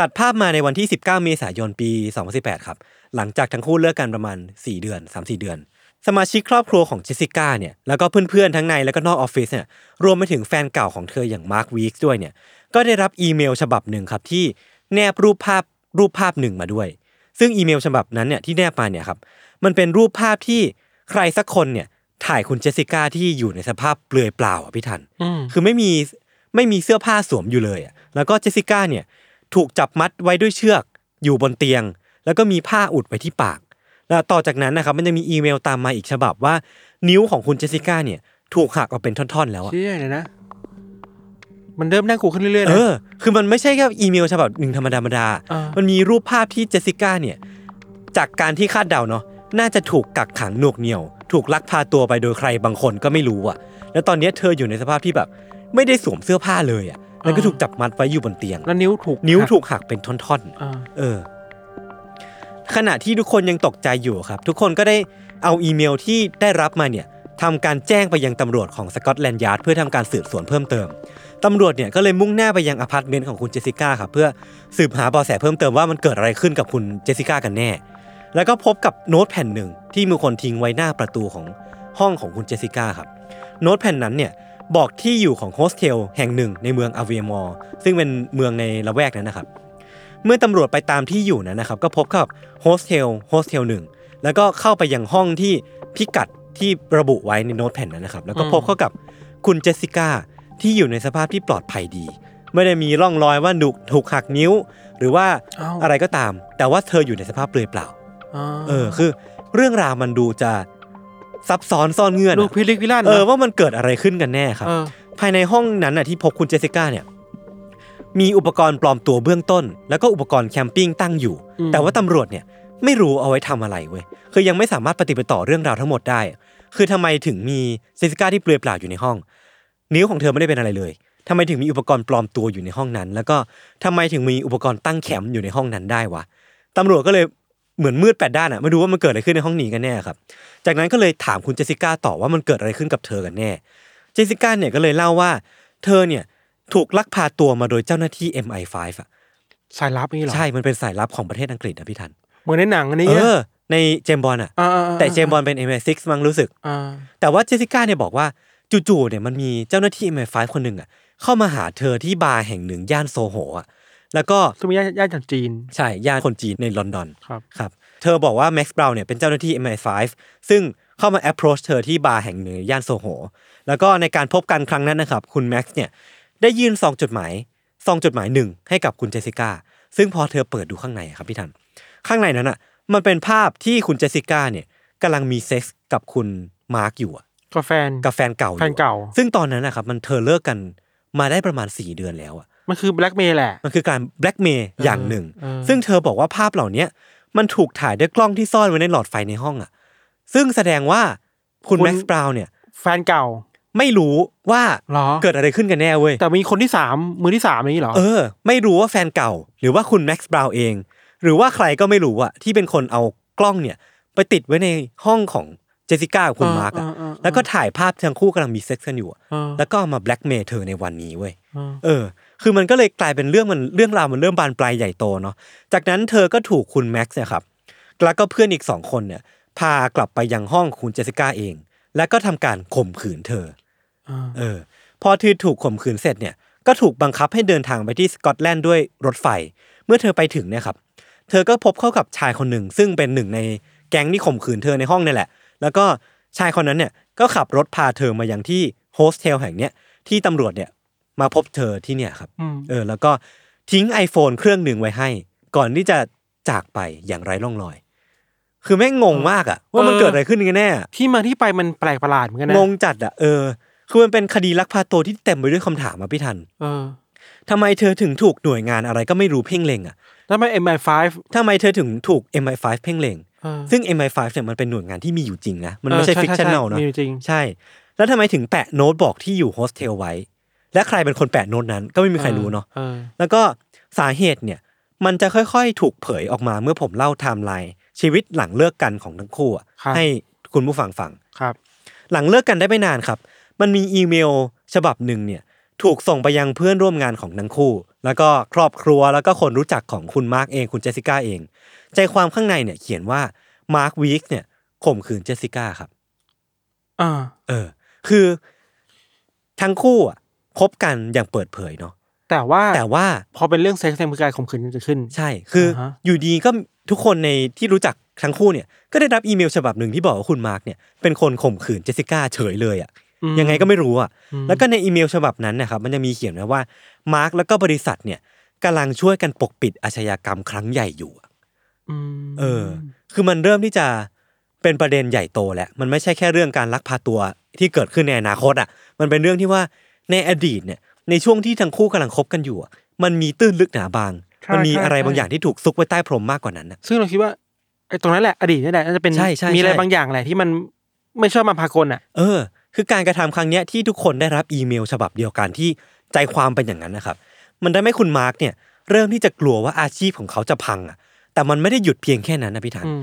Speaker 2: ตัดภาพมาในวันที่ 19 เมษายนปี 2018 ครับ หลังจากทั้งคู่เลิกกันประมาณ 4 เดือน 3-4 เดือน สมาชิกครอบครัวของเจสสิก้าเนี่ย แล้วก็เพื่อนๆ ทั้งในแล้วก็นอกออฟฟิศเนี่ย รวมไปถึงแฟนเก่าของเธออย่างมาร์ควีคส์ด้วยเนี่ย ก็ได้รับอีเมลฉบับหนึ่งครับที่แนบรูปภาพรูปภาพหนึ่งมาด้วย ซึ่งอีเมลฉบับนั้นเนี่ยที่แนบมาเนี่ยครับ มันเป็นรูปภาพที่ใครสักคนเนี่ยถ่ายคุณเจสสิก้าที่อยู่ในสภาพเปลือยเปล่าอ่ะพี่ทัน
Speaker 3: อืม
Speaker 2: คือไม่มีไม่มีเสื้อผ้าสวมอยู่เลยอะแล้วก็เจสสิก้าเนี่ยถูกจับมัดไว้ด้วยเชือกอยู่บนเตียง แล้วก็มีผ้าอุดไว้ที่ปาก แล้วต่อจากนั้นนะครับมันจะมีอีเมลตามมาอีกฉบับว่า นิ้วของคุณเจสสิก้าเนี่ยถูกหักออกเป็นท่อนๆแล้วอะ
Speaker 3: เชื่อเลยนะ มันเริ่มน่ากลัวขึ้นเรื่อยๆ
Speaker 2: เอ
Speaker 3: นะ
Speaker 2: อ คือมันไม่ใช่แค่อีเมลฉบับหนึ่งธรรมดาๆ
Speaker 3: เออ
Speaker 2: มันมีรูปภาพที่เจสสิก้าเนี่ยจากการที่คาดเดาเนาะน่าจะถูกกักขังหน่วงเหนี่ยว ถูกลักพาตัวไปโดยใครบางคนก็ไม่รู้อะแล้วตอนเนี้ยเธออยู่ในสภาพที่แบบ ไม่ได้สวมเสื้อผ้าเลยอะแล้วก็ถูกจับมัดไว้อยู่บนเตียง
Speaker 3: แล้วนิ้วถูก
Speaker 2: นิ้ว
Speaker 3: หั
Speaker 2: ถูกหักเป็นท่อน
Speaker 3: อ่า
Speaker 2: ๆ เออ ขณะที่ทุกคนยังตกใจอยู่ครับ ทุกคนก็ได้เอาอีเมลที่ได้รับมาเนี่ยทำการแจ้งไปยังตำรวจของสกอตแลนด์ยาร์ดเพื่อทำการสืบสวนเพิ่มเติม ตำรวจเนี่ยก็เลยมุ่งหน้าไปยังอพาร์ตเมนต์ของคุณเจสสิก้าครับเพื่อสืบหาเบาะแสเพิ่มเติมว่ามันเกิดอะไรขึ้นกับคุณเจสสิก้ากันแน่ แล้วก็พบกับโน้ตแผ่นหนึ่งที่มีคนทิ้งไว้หน้าประตูของห้องของคุณเจสสิก้าครับ โน้ตแผ่นนั้นเนี่ยบอกที่อยู่ของโฮสเทลแห่งหนึ่งในเมืองอาเวมอร์ซึ่งเป็นเมืองในละแวกนั้นนะครับ เมื่อตำรวจไปตามที่อยู่นั้นนะครับ ก็พบกับโฮสเทลโฮสเทลหนึ่งแล้วก็เข้าไปยังห้องที่พิกัดที่ระบุไว้ในโน้ตแผ่นนั้นนะครับ แล้วก็พบเข้ากับคุณเจสสิก้าที่อยู่ในสภาพที่ปลอดภัยดี ไม่ได้มีร่องรอยว่าดุถูกหักนิ้ว หรือว่า
Speaker 3: อ้าว
Speaker 2: อะไรก็ตาม แต่ว่าเธออยู่ในสภาพเปลือยเปล่า
Speaker 3: า
Speaker 2: เออคือ เรื่องราวมันดูจะซับซ้อนซ่อนเงื่อนอะ
Speaker 3: ดูพิลึกพิลั่น
Speaker 2: เออ
Speaker 3: นะ
Speaker 2: ว่ามันเกิดอะไรขึ้นกันแน่ครับ
Speaker 3: เออ
Speaker 2: ภายในห้องนั้นน่ะที่พบคุณเจสสิก้าเนี่ยมีอุปกรณ์ปลอมตัวเบื้องต้น แล้วก็อุปกรณ์แคมปิ้งตั้งอยู่
Speaker 3: อืม
Speaker 2: แต่ว่าตำรวจเนี่ยไม่รู้เอาไว้ทำอะไรเว้ยคือยังไม่สามารถปฏิบัติต่อเรื่องราวทั้งหมดได้ คือทำไมถึงมีเจสสิก้าที่เปลือยเปล่าอยู่ในห้อง นิ้วของเธอไม่ได้เป็นอะไรเลยทำไมถึงมีอุปกรณ์ปลอมตัวอยู่ในห้องนั้น แล้วก็ทำไมถึงมีอุปกรณ์ตั้งแคมป์อยู่ในห้องนั้นได้วะตำรวจก็เลยเหมือนมืดแปดด้านอะไม่รู้ว่ามันเกิดอะไรขึ้นในห้องนี้กันแน่ครับ จากนั้นก็เลยถามคุณเจสสิก้าต่อว่ามันเกิดอะไรขึ้นกับเธอกันแน่ เจสสิก้าเนี่ยก็เลยเล่าว่า เธอเนี่ยถูกลักพาตัวมาโดยเจ้าหน้าที่ MI5 อ่ะ
Speaker 3: สายลับนี่เหรอ
Speaker 2: ใช่ มันเป็นสายลับของประเทศอังกฤษนะพี่ทัน
Speaker 3: เหมือนในหนังอันนี้
Speaker 2: เอ
Speaker 3: นะ
Speaker 2: อ ในเจมส์บอลอ่ะ
Speaker 3: าาา
Speaker 2: แต่เจมส์บอลเป็น MI6 มั้งรู้สึก
Speaker 3: อ่า
Speaker 2: แต่ว่าเจสสิก้าเนี่ยบอกว่าจู่ๆเนี่ยมันมีเจ้าหน้าที่ MI5 คนหนึ่งอ่ะเข้ามาหาเธอที่บาร์แห่งหนึ่งย่านโซโหอ่ะแล้วก็
Speaker 3: ซึ่งเป็นญาติญาติจากจีน
Speaker 2: ใช่ย่านคนจีนในลอนดอน
Speaker 3: ครับ
Speaker 2: ครับ เธอบอกว่าแม็กซ์บราวน์เนี่ยเป็นเจ้าหน้าที่ MI5 ซึ่งเข้ามา approach เธอที่บาร์แห่งหนึ่งในย่านโซโห แล้วก็ในการพบกันครั้งนั้นนะครับ คุณแม็กซ์เนี่ยได้ยื่นซองจดหมายซองจดหมายหนึ่งให้กับคุณเจสสิก้า ซึ่งพอเธอเปิดดูข้างในอะครับพี่ทัน ข้างในนั้นอ่ะ มันเป็นภาพที่คุณเจสสิก้าเนี่ยกำลังมีเซ็กส์กับคุณมาร์กอยู่อะ
Speaker 3: ก็แฟน
Speaker 2: กับแฟนเก่าอยู่
Speaker 3: แฟนเก่า
Speaker 2: ซึ่งตอนนั้นนะครับมันเธอเลิกกันมาได้ประมาณสี่เดือนแล้วอะ
Speaker 3: มันคือแบล็กเมย์แหละ
Speaker 2: มันคือการแบล็กเมย์อย่างหนึ่ง
Speaker 3: เออ
Speaker 2: ซึ่งเธอบอกว่าภาพเหล่าเนี้ยมันถูกถ่ายด้วยกล้องที่ซ่อนไว้ในหลอดไฟในห้องอ่ะ ซึ่งแสดงว่าคุณแม็กซ์บราวน์เนี่ย
Speaker 3: แฟนเก่า
Speaker 2: ไม่รู้ว่า
Speaker 3: เหรอ
Speaker 2: เกิดอะไรขึ้นกันแน่เว้ย
Speaker 3: แต่มีคนที่สามมือที่สามอย่างนี้เหรอ
Speaker 2: เออ ไม่รู้ว่าแฟนเก่า หรือว่าคุณแม็กซ์บราวน์เอง หรือว่าใครก็ไม่รู้อะที่เป็นคนเอากล้องเนี่ยไปติดไว้ในห้องของเจสสิก้ากับคุณมาร์กอะ
Speaker 3: เเเ
Speaker 2: แล้วก็ถ่ายภาพทั้งคู่กำลังมีเซ็กซ์กันอยู่อะ
Speaker 3: เออ
Speaker 2: แล้วก็เอามาแบล็กเมย์เธอในวันนี้เว้ย
Speaker 3: เออ
Speaker 2: เออ คือมันก็เลยกลายเป็นเรื่องมันเรื่องราวมันเริ่มบานปลายใหญ่โตเนาะ จากนั้นเธอก็ถูกคุณแม็กซ์เนี่ยครับ แล้วก็เพื่อนอีกสองคนเนี่ย พากลับไปยังห้องคุณเจสสิก้าเอง แล้วก็ทำการข่มขืนเธอ
Speaker 3: เออ
Speaker 2: เออ พอเธอถูกข่มขืนเสร็จเนี่ย ก็ถูกบังคับให้เดินทางไปที่สกอตแลนด์ด้วยรถไฟ เมื่อเธอไปถึงเนี่ยครับ เธอก็พบเข้ากับชายคนหนึ่งซึ่งเป็นหนึ่งใน แก๊งที่ข่มขืนเธอในห้องนี่แหละ แล้วก็ชายคนนั้นเนี่ยก็ขับรถพาเธอมายังที่โฮสเทลแห่งเนี้ยที่ตำรวจเนี่ยมาพบเธอที่เนี่ยครับ
Speaker 3: อืม
Speaker 2: เออแล้วก็ทิ้ง iPhone เครื่องหนึ่งไว้ให้ ก่อนที่จะจากไปอย่างไร้ร่องรอย คือแม่งงงมากอะว่ามันเกิดอะไรขึ้นกันแน่อะ
Speaker 3: ที่มาที่ไปมันแปลกประหลาดเหมือนกันนะ
Speaker 2: งงจัดอะเออ คือมันเป็นคดีลักพาตัวที่เต็มไปด้วยคำถามอะพี่ทัน
Speaker 3: เออ
Speaker 2: ทำไมเธอถึงถูกหน่วยงานอะไรก็ไม่รู้เพ่งเล็งอะ
Speaker 3: แล้วมัน MI5
Speaker 2: ทำไมเธอถึงถูก MI5 เพ่งเล็ง
Speaker 3: เออ
Speaker 2: ซึ่ง MI5 เนี่ยมันเป็นหน่วยงานที่มีอยู่จริงนะ มันไม่ใช่
Speaker 3: เออ
Speaker 2: ฟิกชันแนล
Speaker 3: ใช่
Speaker 2: เนาะ
Speaker 3: มีอยู่จริง
Speaker 2: ใช่ แล้วทำไมถึงแปะโน้ตบอกที่อยู่โฮสเทลไว้ และใครเป็นคนแปะโน้ตนั้นก็ไม่มีใครรู้เนาะ
Speaker 3: ออ
Speaker 2: แล้วก็สาเหตุเนี่ยมันจะค่อยๆ ถูกเผยออกมาเมื่อผมเล่าไทม์ไลน์ชีวิตหลังเลิกกันของทั้งคู่อะ
Speaker 3: ครับ
Speaker 2: ให้คุณผู้ฟังฟัง
Speaker 3: ครับ
Speaker 2: หลังเลิกกันได้ไม่นานครับ มันมีอีเมลฉบับหนึ่งเนี่ยถูกส่งไปยังเพื่อนร่วมงานของทั้งคู่ แล้วก็ครอบครัวแล้วก็คนรู้จักของคุณมาร์กเองคุณเจสสิก้าเอง ใจความข้างในเนี่ยเขียนว่ามาร์กวีคเนี่ยข่มขืนเจสสิก้าครับ
Speaker 3: อ่า
Speaker 2: เออ คือทั้งคู่อะคบกันอย่างเปิดเผยเนาะ
Speaker 3: แต่ว่า
Speaker 2: แต่ว่า
Speaker 3: พอเป็นเรื่องเซ็กซ์ในมือการข่มขืนกันเกิดขึ้น
Speaker 2: ใช่ คืออา
Speaker 3: ฮะ
Speaker 2: อยู่ดีก็ทุกคนในที่รู้จักทั้งคู่เนี่ย ก็ได้รับอีเมลฉบับหนึ่งที่บอกว่าคุณมาร์กเนี่ยเป็นคนข่มขืนเจสสิก้าเฉยเลยอะ
Speaker 3: อืม
Speaker 2: ยังไงก็ไม่รู้อะ
Speaker 3: อืม
Speaker 2: แล้วก็ในอีเมลฉบับนั้นนะครับ มันจะมีเขียนนะว่ามาร์กแล้วก็บริษัทเนี่ยกำลังช่วยกันปกปิดอาชญากรรมครั้งใหญ่อยู่อะ
Speaker 3: อืม
Speaker 2: เออ คือมันเริ่มที่จะเป็นประเด็นใหญ่โตแล้ว มันไม่ใช่แค่เรื่องการลักพาตัวที่เกิดขึ้นในอนาคตอะมันเป็นเรื่องที่ว่าในอดีตเนี่ย ในช่วงที่ทั้งคู่กำลังคบกันอยู่อะมันมีตื้นลึกหนาบาง
Speaker 3: ใช่
Speaker 2: มันมี
Speaker 3: ใช่
Speaker 2: อะไรบางอ
Speaker 3: ใช่
Speaker 2: ย่างที่ถูกซุกไว้ใต้พรมมากกว่านั้นน่ะ
Speaker 3: ซึ่งเราคิดว่าไอ้ตรงนั้นแหละอดีตนี่แหละน่าจะเป็น
Speaker 2: ใช่ใช่
Speaker 3: มีอะไร
Speaker 2: ใช่
Speaker 3: บางอย่างแหละที่มันไม่ชอบมาพากลอ่ะ
Speaker 2: เออ คือการกระทำครั้งเนี้ยที่ทุกคนได้รับอีเมลฉบับเดียวกันที่ใจความเป็นอย่างนั้นนะครับ มันทำให้คุณมาร์กเนี่ยเริ่มที่จะกลัวว่าอาชีพของเขาจะพังอ่ะ แต่มันไม่ได้หยุดเพียงแค่นั้นนะพี่ทัน
Speaker 3: อืม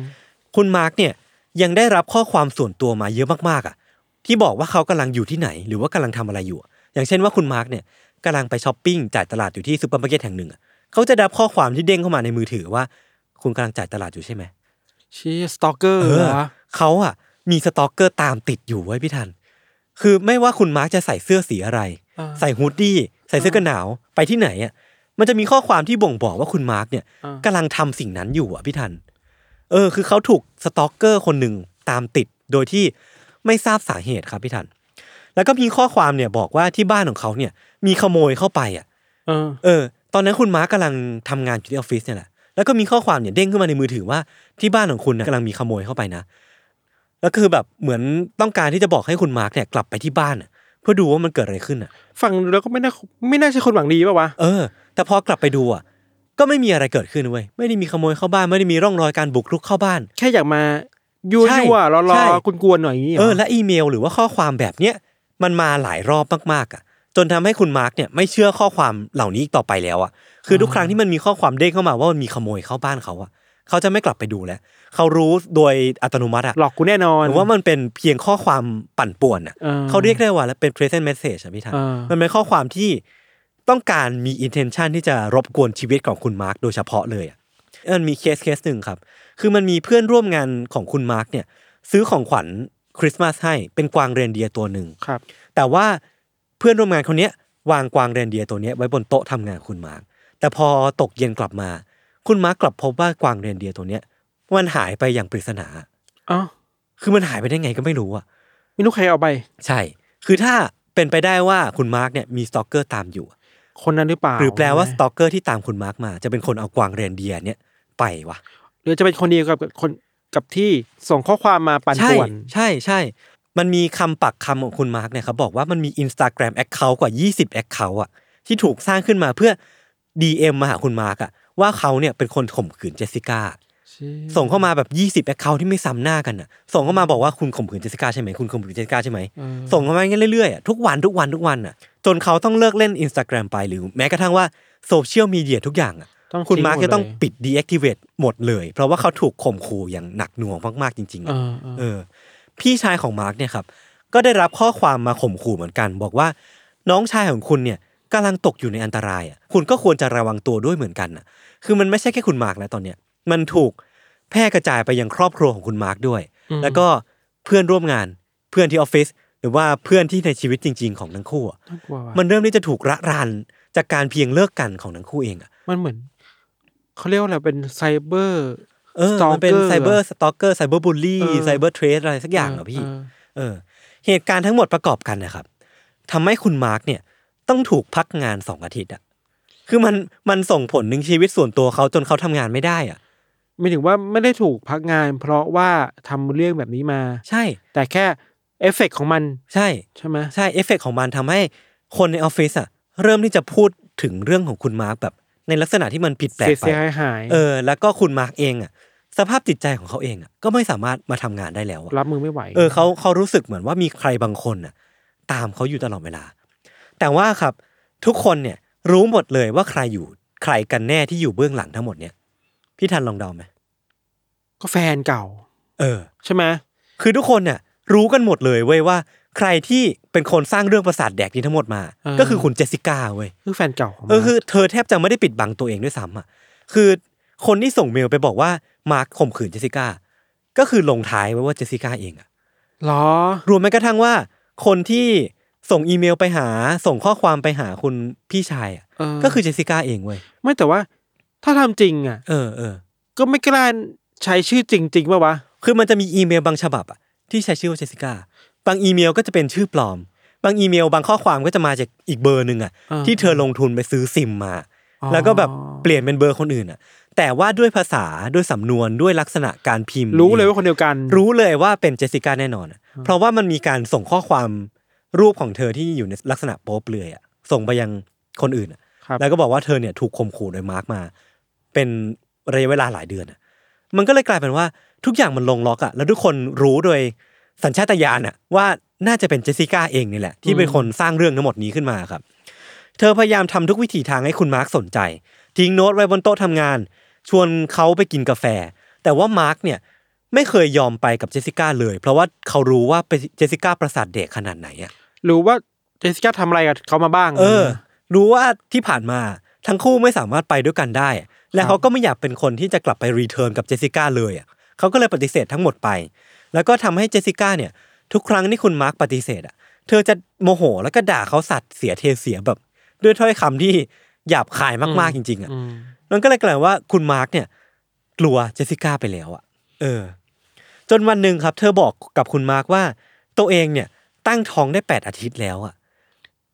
Speaker 2: คุณมาร์กเนี่ยยังได้รับข้อความส่วนตัวมาเยอะมากๆอ่ะ ที่บอกว่าเขากำลังอยู่ที่ไหน หรือว่ากำลังทำอะไรอยู่อะอย่างเช่นว่าคุณมาร์กเนี่ยกำลังไปช้อปปิ้งจ่ายตลาดอยู่ที่ซูเปอร์มาร์เก็ตแห่งหนึ่งอะเขาจะได้รับข้อความที่เด้งเข้ามาในมือถือว่า คุณกำลังจ่ายตลาดอยู่ใช่ไหม
Speaker 3: ชี้สตอกเกอร์
Speaker 2: เออ
Speaker 3: เหรอ
Speaker 2: เขาอะมีสตอกเกอร์ตามติดอยู่ไว้ยพี่ทัน คือไม่ว่าคุณมาร์กจะใส่เสื้อสีอะไร
Speaker 3: เออ
Speaker 2: ใส่ฮูดดี้ใส่เสื้อกันหนาวไปที่ไหนอะมันจะมีข้อความที่บ่งบอกว่าคุณมาร์กเนี่ย
Speaker 3: อ่าก
Speaker 2: ำลังทำสิ่งนั้นอยู่อะพี่ทัน เออ คือเขาถูกสตอกเกอร์คนหนึ่งตามติดโดยที่ไม่ทราบสาเหตุครับพี่ทัน แล้วก็มีข้อความเนี่ยบอกว่าที่บ้านของเขาเนี่ยมีขโมยเข้าไปอะ
Speaker 3: เออ
Speaker 2: เออ ตอนนั้นคุณมาร์กกำลังทำงานอยู่ที่ออฟฟิศเนี่ยแหละ แล้วก็มีข้อความเนี่ยเด้งขึ้นมาในมือถือว่าที่บ้านของคุณนะกำลังมีขโมยเข้าไปนะ แล้วคือแบบเหมือนต้องการที่จะบอกให้คุณมาร์กเนี่ยกลับไปที่บ้านอะเพื่อดูว่ามันเกิดอะไรขึ้นอะ
Speaker 3: ฟังแล้วก็ไม่น่าไม่น่าใช่คนหวังดีป่าวะ
Speaker 2: เออ แต่พอกลับไปดูอ่ะ ก็ไม่มีอะไรเกิดขึ้นเว้ย ไม่ได้มีขโมยเข้าบ้าน ไม่ได้มีร่องรอยการบุกรุกเข้าบ้าน
Speaker 3: แค่อยากมายั่ว
Speaker 2: ใช่
Speaker 3: ยั่วรอร
Speaker 2: ใช่
Speaker 3: อกุนกวนๆหน่อยอย่างงี้หร
Speaker 2: เออ และอีเมลหรือว่าข้อความแบบเนี้ยมันมาหลายรอบมากๆอ่ะ จนทำให้คุณมาร์กเนี่ยไม่เชื่อข้อความเหล่านี้อีกต่อไปแล้วอ่ะ คือทุกครั้งที่มันมีข้อความเด้งเข้ามาว่ามันมีขโมยเข้าบ้านเขาอ่ะ เขาจะไม่กลับไปดูแล้ว เขารู้โดยอัตโนมัติอ่ะ
Speaker 3: หลอกกูแน่นอน
Speaker 2: ว่ามันเป็นเพียงข้อความปั่นป่วนอ่ะ
Speaker 3: เออ
Speaker 2: เขาเรียกได้ว่าเป็น present message อ่ะพี่ทัน
Speaker 3: เออ
Speaker 2: มันเป็นข้อความที่ต้องการมี intention ที่จะรบกวนชีวิตของคุณมาร์กโดยเฉพาะเลยอ่ะมันมีเคสเคสหนึ่งครับ คือมันมีเพื่อนร่วมงานของคุณมาร์กเนี่ย ซื้อของขวัญคริสต์มาสให้เป็นกวางเรนเดียร์ตัวหนึ่ง
Speaker 3: ครับ
Speaker 2: แต่ว่าเพื่อนร่วมงานคนเนี้ยวางกวางเรนเดียร์ตัวเนี้ยไว้บนโต๊ะทำงานคุณมาร์กแต่พอตกเย็นกลับมา คุณมาร์กกลับพบว่ากวางเรนเดียร์ตัวเนี้ยมันหายไปอย่างปริศนา
Speaker 3: อ๋อ
Speaker 2: คือมันหายไปได้ไงก็ไม่รู้อ่ะ
Speaker 3: ไม่รู้ใครเอาไป
Speaker 2: ใช่ คือถ้าเป็นไปได้ว่าคุณมาร์กเนี่ยมีสตอกเกอร์ตามอยู่
Speaker 3: คนนั้นหรือเปล่า
Speaker 2: หรือแปลว่าส
Speaker 3: ใช่ไหม
Speaker 2: ตอกเกอร์ที่ตามคุณมาร์กมา จะเป็นคนเอากวางเรนเดียร์เนี่ยไปวะ
Speaker 3: หรือจะเป็นคนเดียวกับคนกับที่ส่งข้อความมาปั่น
Speaker 2: ใช่
Speaker 3: ป่วน
Speaker 2: ใช่ใช่ มันมีคำปักคำของคุณมาร์กเนี่ยครับบอกว่ามันมี Instagram Account กว่า 20 Account อ่ะที่ถูกสร้างขึ้นมาเพื่อ DM มาหาคุณมาร์กอ่ะว่าเขาเนี่ยเป็นคนข่มขืนเจสสิก้า ส่งเข้ามาแบบ 20 Account ที่ไม่ซ้ำหน้ากันอ่ะ ส่งเข้ามาบอกว่าคุณข่มขืนเจสสิก้าใช่ไหมคุณข่มขืนเจสสิก้าใช่ไหม
Speaker 3: อืม
Speaker 2: ส่งเข้ามาอย่างเงี้ยเรื่อยๆอ่ะทุกวันทุกวันทุกวันอ่ะ จนเขาต้องเลิกเล่น Instagram ไปหรือแม้กระทั่งว่าโซเชียลมีเดียทุกอย่างอ่ะ
Speaker 3: ต้อง
Speaker 2: คุณ
Speaker 3: ทิ้
Speaker 2: มาร์ก
Speaker 3: หด
Speaker 2: จะต้อง
Speaker 3: เลย
Speaker 2: ปิด deactivate หมดเลย เพราะว่าเขาถูกข่มขู่อย่างหนักหน่วงมากๆจริงๆ
Speaker 3: เอ
Speaker 2: อ่ะ
Speaker 3: อเออ
Speaker 2: เออ พี่ชายของมาร์กเนี่ยครับ ก็ได้รับข้อความมาข่มขู่เหมือนกัน บอกว่าน้องชายของคุณเนี่ยกำลังตกอยู่ในอันตรายอ่ะคุณก็ควรจะระวังตัวด้วยเหมือนกันน่ะ คือมันไม่ใช่แค่คุณมาร์กแล้วตอนเนี้ยมันถูกแพร่กระจายไปยังครอบครัวของคุณมาร์กด้วย แล้วก็เพื่อนร่วมงานเพื่อนที่ออฟฟิศหรือว่าเพื่อนที่ในชีวิตจริง ๆ ของทั้งคู่อ่ะ
Speaker 3: น่ากลัวว่ะ
Speaker 2: มันเริ่มที่จะถูกระรานจากการเพียงเลิกกันของทั้งคู่เองอ่ะ
Speaker 3: มันเหมือนเขาเรียกว่าอะไรเป็นไซเบอร์
Speaker 2: เออมันเป็น
Speaker 3: Stalker
Speaker 2: ไซเบอร์สตอกเกอร์ไซเบอร์บูลลี่
Speaker 3: เออ
Speaker 2: ไซเบอร์เทรสอะไรสักอย่างเหรอพี่
Speaker 3: อ
Speaker 2: เออ เหตุการณ์ทั้งหมดประกอบกันนะครับทำให้คุณมาร์กเนี่ย ต้องถูกพักงานสองอาทิตย์อะคือมันมันส่งผลถึงชีวิตส่วนตัวเขาจนเขาทำงานไม่ได้อะ
Speaker 3: ไม่ถึงว่าไม่ได้ถูกพักงาน เพราะว่าทำเรื่องแบบนี้มา
Speaker 2: ใช่
Speaker 3: แต่แค่เอฟเฟกต์ของมัน
Speaker 2: ใช่
Speaker 3: ใช่ไหม
Speaker 2: ใช่เอฟเฟกต์ของมันทำให้คนในออฟฟิศอะเริ่มที่จะพูดถึงเรื่องของคุณมาร์กแบบในลักษณะที่มันผิดแปลก
Speaker 3: เสีย
Speaker 2: ไป
Speaker 3: เสียหายหาย
Speaker 2: เออ แล้วก็คุณมาร์กเองอะสภาพจิตใจของเขาเองอะก็ไม่สามารถมาทำงานได้แล้วอะ
Speaker 3: รับมือไม่ไหว
Speaker 2: เออเขาเขารู้สึกเหมือนว่ามีใครบางคนน่ะ ตามเขาอยู่ตลอดเวลา แต่ว่าครับทุกคนเนี่ยรู้หมดเลยว่าใครอยู่ใครกันแน่ที่อยู่เบื้องหลังทั้งหมดเนี่ยพี่ทันลองเดาไหม
Speaker 3: ก็แฟนเก่า
Speaker 2: เออ
Speaker 3: ใช่ไหม
Speaker 2: คือทุกคนเนี่ยรู้กันหมดเลยเว้ยว่า ใครที่เป็นคนสร้างเรื่องประสาทแดกนี้ทั้งหมดมา ก็คือคุณเจสสิก้าเว้ย
Speaker 3: คือแฟนเก่าของมัน
Speaker 2: เออคือเธอแทบจะไม่ได้ปิดบังตัวเองด้วยซ้ำอ่ะคือคนที่ส่งเมลไปบอกว่ามาร์คข่มขืนเจสสิก้าก็คือลงท้ายไว้ว่าเจสสิก้าเองอะ
Speaker 3: เหรอ
Speaker 2: รวมแม้กระทั่งว่า คนที่ส่งอีเมลไปหาส่งข้อความไปหาคุณพี่ชายอะ
Speaker 3: เออ
Speaker 2: ก็คือเจสสิก้าเองเว้ย
Speaker 3: ไม่แต่ว่าถ้าทำจริงอ่ะ
Speaker 2: เออเออ
Speaker 3: ก็ไม่กล้าใช้ชื่อจริงๆป่าวะ
Speaker 2: คือมันจะมีอีเมลบางฉบับอะที่ใช้ชื่อว่าเจสสิก้าบางอีเมลก็จะเป็นชื่อปลอม บางอีเมลบางข้อความก็จะมาจากอีกเบอร์หนึ่งอะ
Speaker 3: เออ
Speaker 2: ที่เธอลงทุนไปซื้อซิมมา แล้วก็แบบเปลี่ยนเป็นเบอร์คนอื่นอะแต่ว่าด้วยภาษาด้วยสำนวนด้วยลักษณะการพิมพ์
Speaker 3: รู้เลยว่าคนเดียวกัน
Speaker 2: รู้เลยว่าเป็นเจสสิก้าแน่นอนอะเพราะว่ามันมีการส่งข้อความรูปของเธอที่อยู่ในลักษณะโป๊เปลือยอะส่งไปยังคนอื่นอะ
Speaker 3: ครับ
Speaker 2: แล้วก็บอกว่าเธอเนี่ยถูกข่มขู่โดยมาร์กมา เป็นระยะเวลาหลายเดือนอะมันก็เลยกลายเป็นว่าทุกอย่างมันลงล็อกอะแล้วทุกคนรู้โดยสัญชาตญาณอะว่าน่าจะเป็นเจสสิก้าเองนี่แหละ ที่เป็นคนสร้างเรื่องทั้งหมดนี้ขึ้นมาครับ เธอพยายามทำทุกวิถีทางให้คุณมาร์กสนใจ ทิ้งโน้ตไว้บนโต๊ะทำงาน ชวนเขาไปกินกาแฟ แต่ว่ามาร์กเนี่ย ไม่เคยยอมไปกับเจสสิก้าเลย เพราะว่าเขารู้ว่าเป็นเจสสิก้าประสาทเด็กขนาดไหนอ่ะ
Speaker 3: รู้ว่าเจสสิก้าทำอะไรกับเขามาบ้าง
Speaker 2: เออ รู้ว่าที่ผ่านมาทั้งคู่ไม่สามารถไปด้วยกันได้อะและเขาก็ไม่อยากเป็นคนที่จะกลับไปรีเทิร์นกับเจสสิก้าเลยอ่ะเขาก็เลยปฏิเสธทั้งหมดไป แล้วก็ทำให้เจสสิก้าเนี่ย ทุกครั้งที่คุณมาร์คปฏิเสธอ่ะ เธอจะโมโหแล้วก็ด่าเขาสัตว์เสียเทเสียแบบ ด้วยถ้อยคำที่หยาบคายมากๆจริงๆอ่ะ
Speaker 3: อืม
Speaker 2: มันก็เลยกลายว่าคุณมาร์กเนี่ย กลัวเจสสิก้าไปแล้วอะเออ จนวันหนึ่งครับ เธอบอกกับคุณมาร์กว่า ตัวเองเนี่ย ตั้งท้องได้แปดอาทิตย์แล้วอะ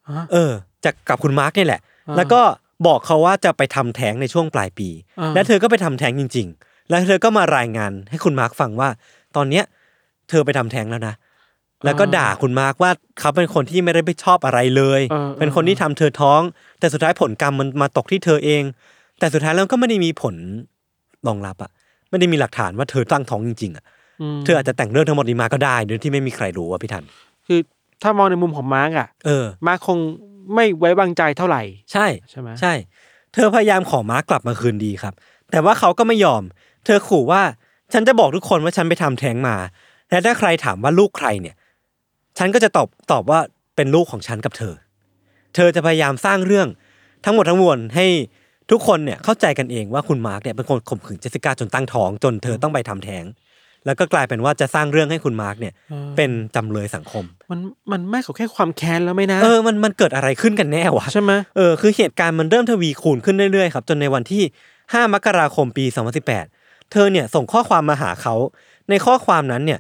Speaker 3: ฮะ
Speaker 2: เออจากกับคุณมาร์กเนี่ยแหละ
Speaker 3: อ่า
Speaker 2: แล้วก็บอกเขาว่าจะไปทำแท้งในช่วงปลายปี
Speaker 3: อ่า
Speaker 2: และเธอก็ไปทำแท้งจริง ๆ แล้วเธอก็มารายงานให้คุณมาร์กฟังว่า ตอนเนี้ย เธอไปทำแท้งแล้วนะ แล้วก็ด่าคุณมาร์กว่าเขาเป็นคนที่ไม่ได้ไปชอบอะไรเลย
Speaker 3: เออเออ
Speaker 2: เป็นคนที่ทำเธอท้อง แต่สุดท้ายผลกรรมมันมาตกที่เธอเอง แต่สุดท้ายแล้วก็ไม่ได้มีผลรองรับอะไม่ได้มีหลักฐานว่าเธอตั้งท้องจริงๆอะ
Speaker 3: ม
Speaker 2: เธออาจจะแต่งเรื่องทั้งหมดนี้มาก็ได้โดยที่ไม่มีใครรู้อะพี่ทัน
Speaker 3: คือถ้ามองในมุมของมาร์กอ่ะ
Speaker 2: เออ
Speaker 3: มาร์กคงไม่ไว้วางใจเท่าไหร่
Speaker 2: ใช่
Speaker 3: ใช่ไหม
Speaker 2: ใช่ เธอพยายามขอม้ากลับมาคืนดีครับ แต่ว่าเขาก็ไม่ยอม เธอขู่ว่าฉันจะบอกทุกคนว่าฉันไปทำแท้งมา และถ้าใครถามว่าลูกใครเนี่ย ฉันก็จะตอบตอบว่าเป็นลูกของฉันกับเธอ เธอจะพยายามสร้างเรื่องทั้งหมดทั้งมวลให้ทุกคนเนี่ยเข้าใจกันเองว่าคุณมาร์กเนี่ยเป็นคนข่มขืนเจสสิก้าจนตั้งท้อง จนเธอต้องไปทำแท้ง แล้วก็กลายเป็นว่าจะสร้างเรื่องให้คุณมาร์กเนี่ย
Speaker 3: เออ
Speaker 2: เป็นจำเลยสังคม
Speaker 3: มันมันมากกว่าแค่ความแค้นแล้วไหมนะ
Speaker 2: เออ มันมันเกิดอะไรขึ้นกันแน่วะ
Speaker 3: ใช่ไหม
Speaker 2: เออคือเหตุการณ์มันเริ่มทวีคูณขึ้นเรื่อยๆครับ จนในวันที่ 5 มกราคมปี 2018 เธอเนี่ยส่งข้อความมาหาเขา ในข้อความนั้นเนี่ย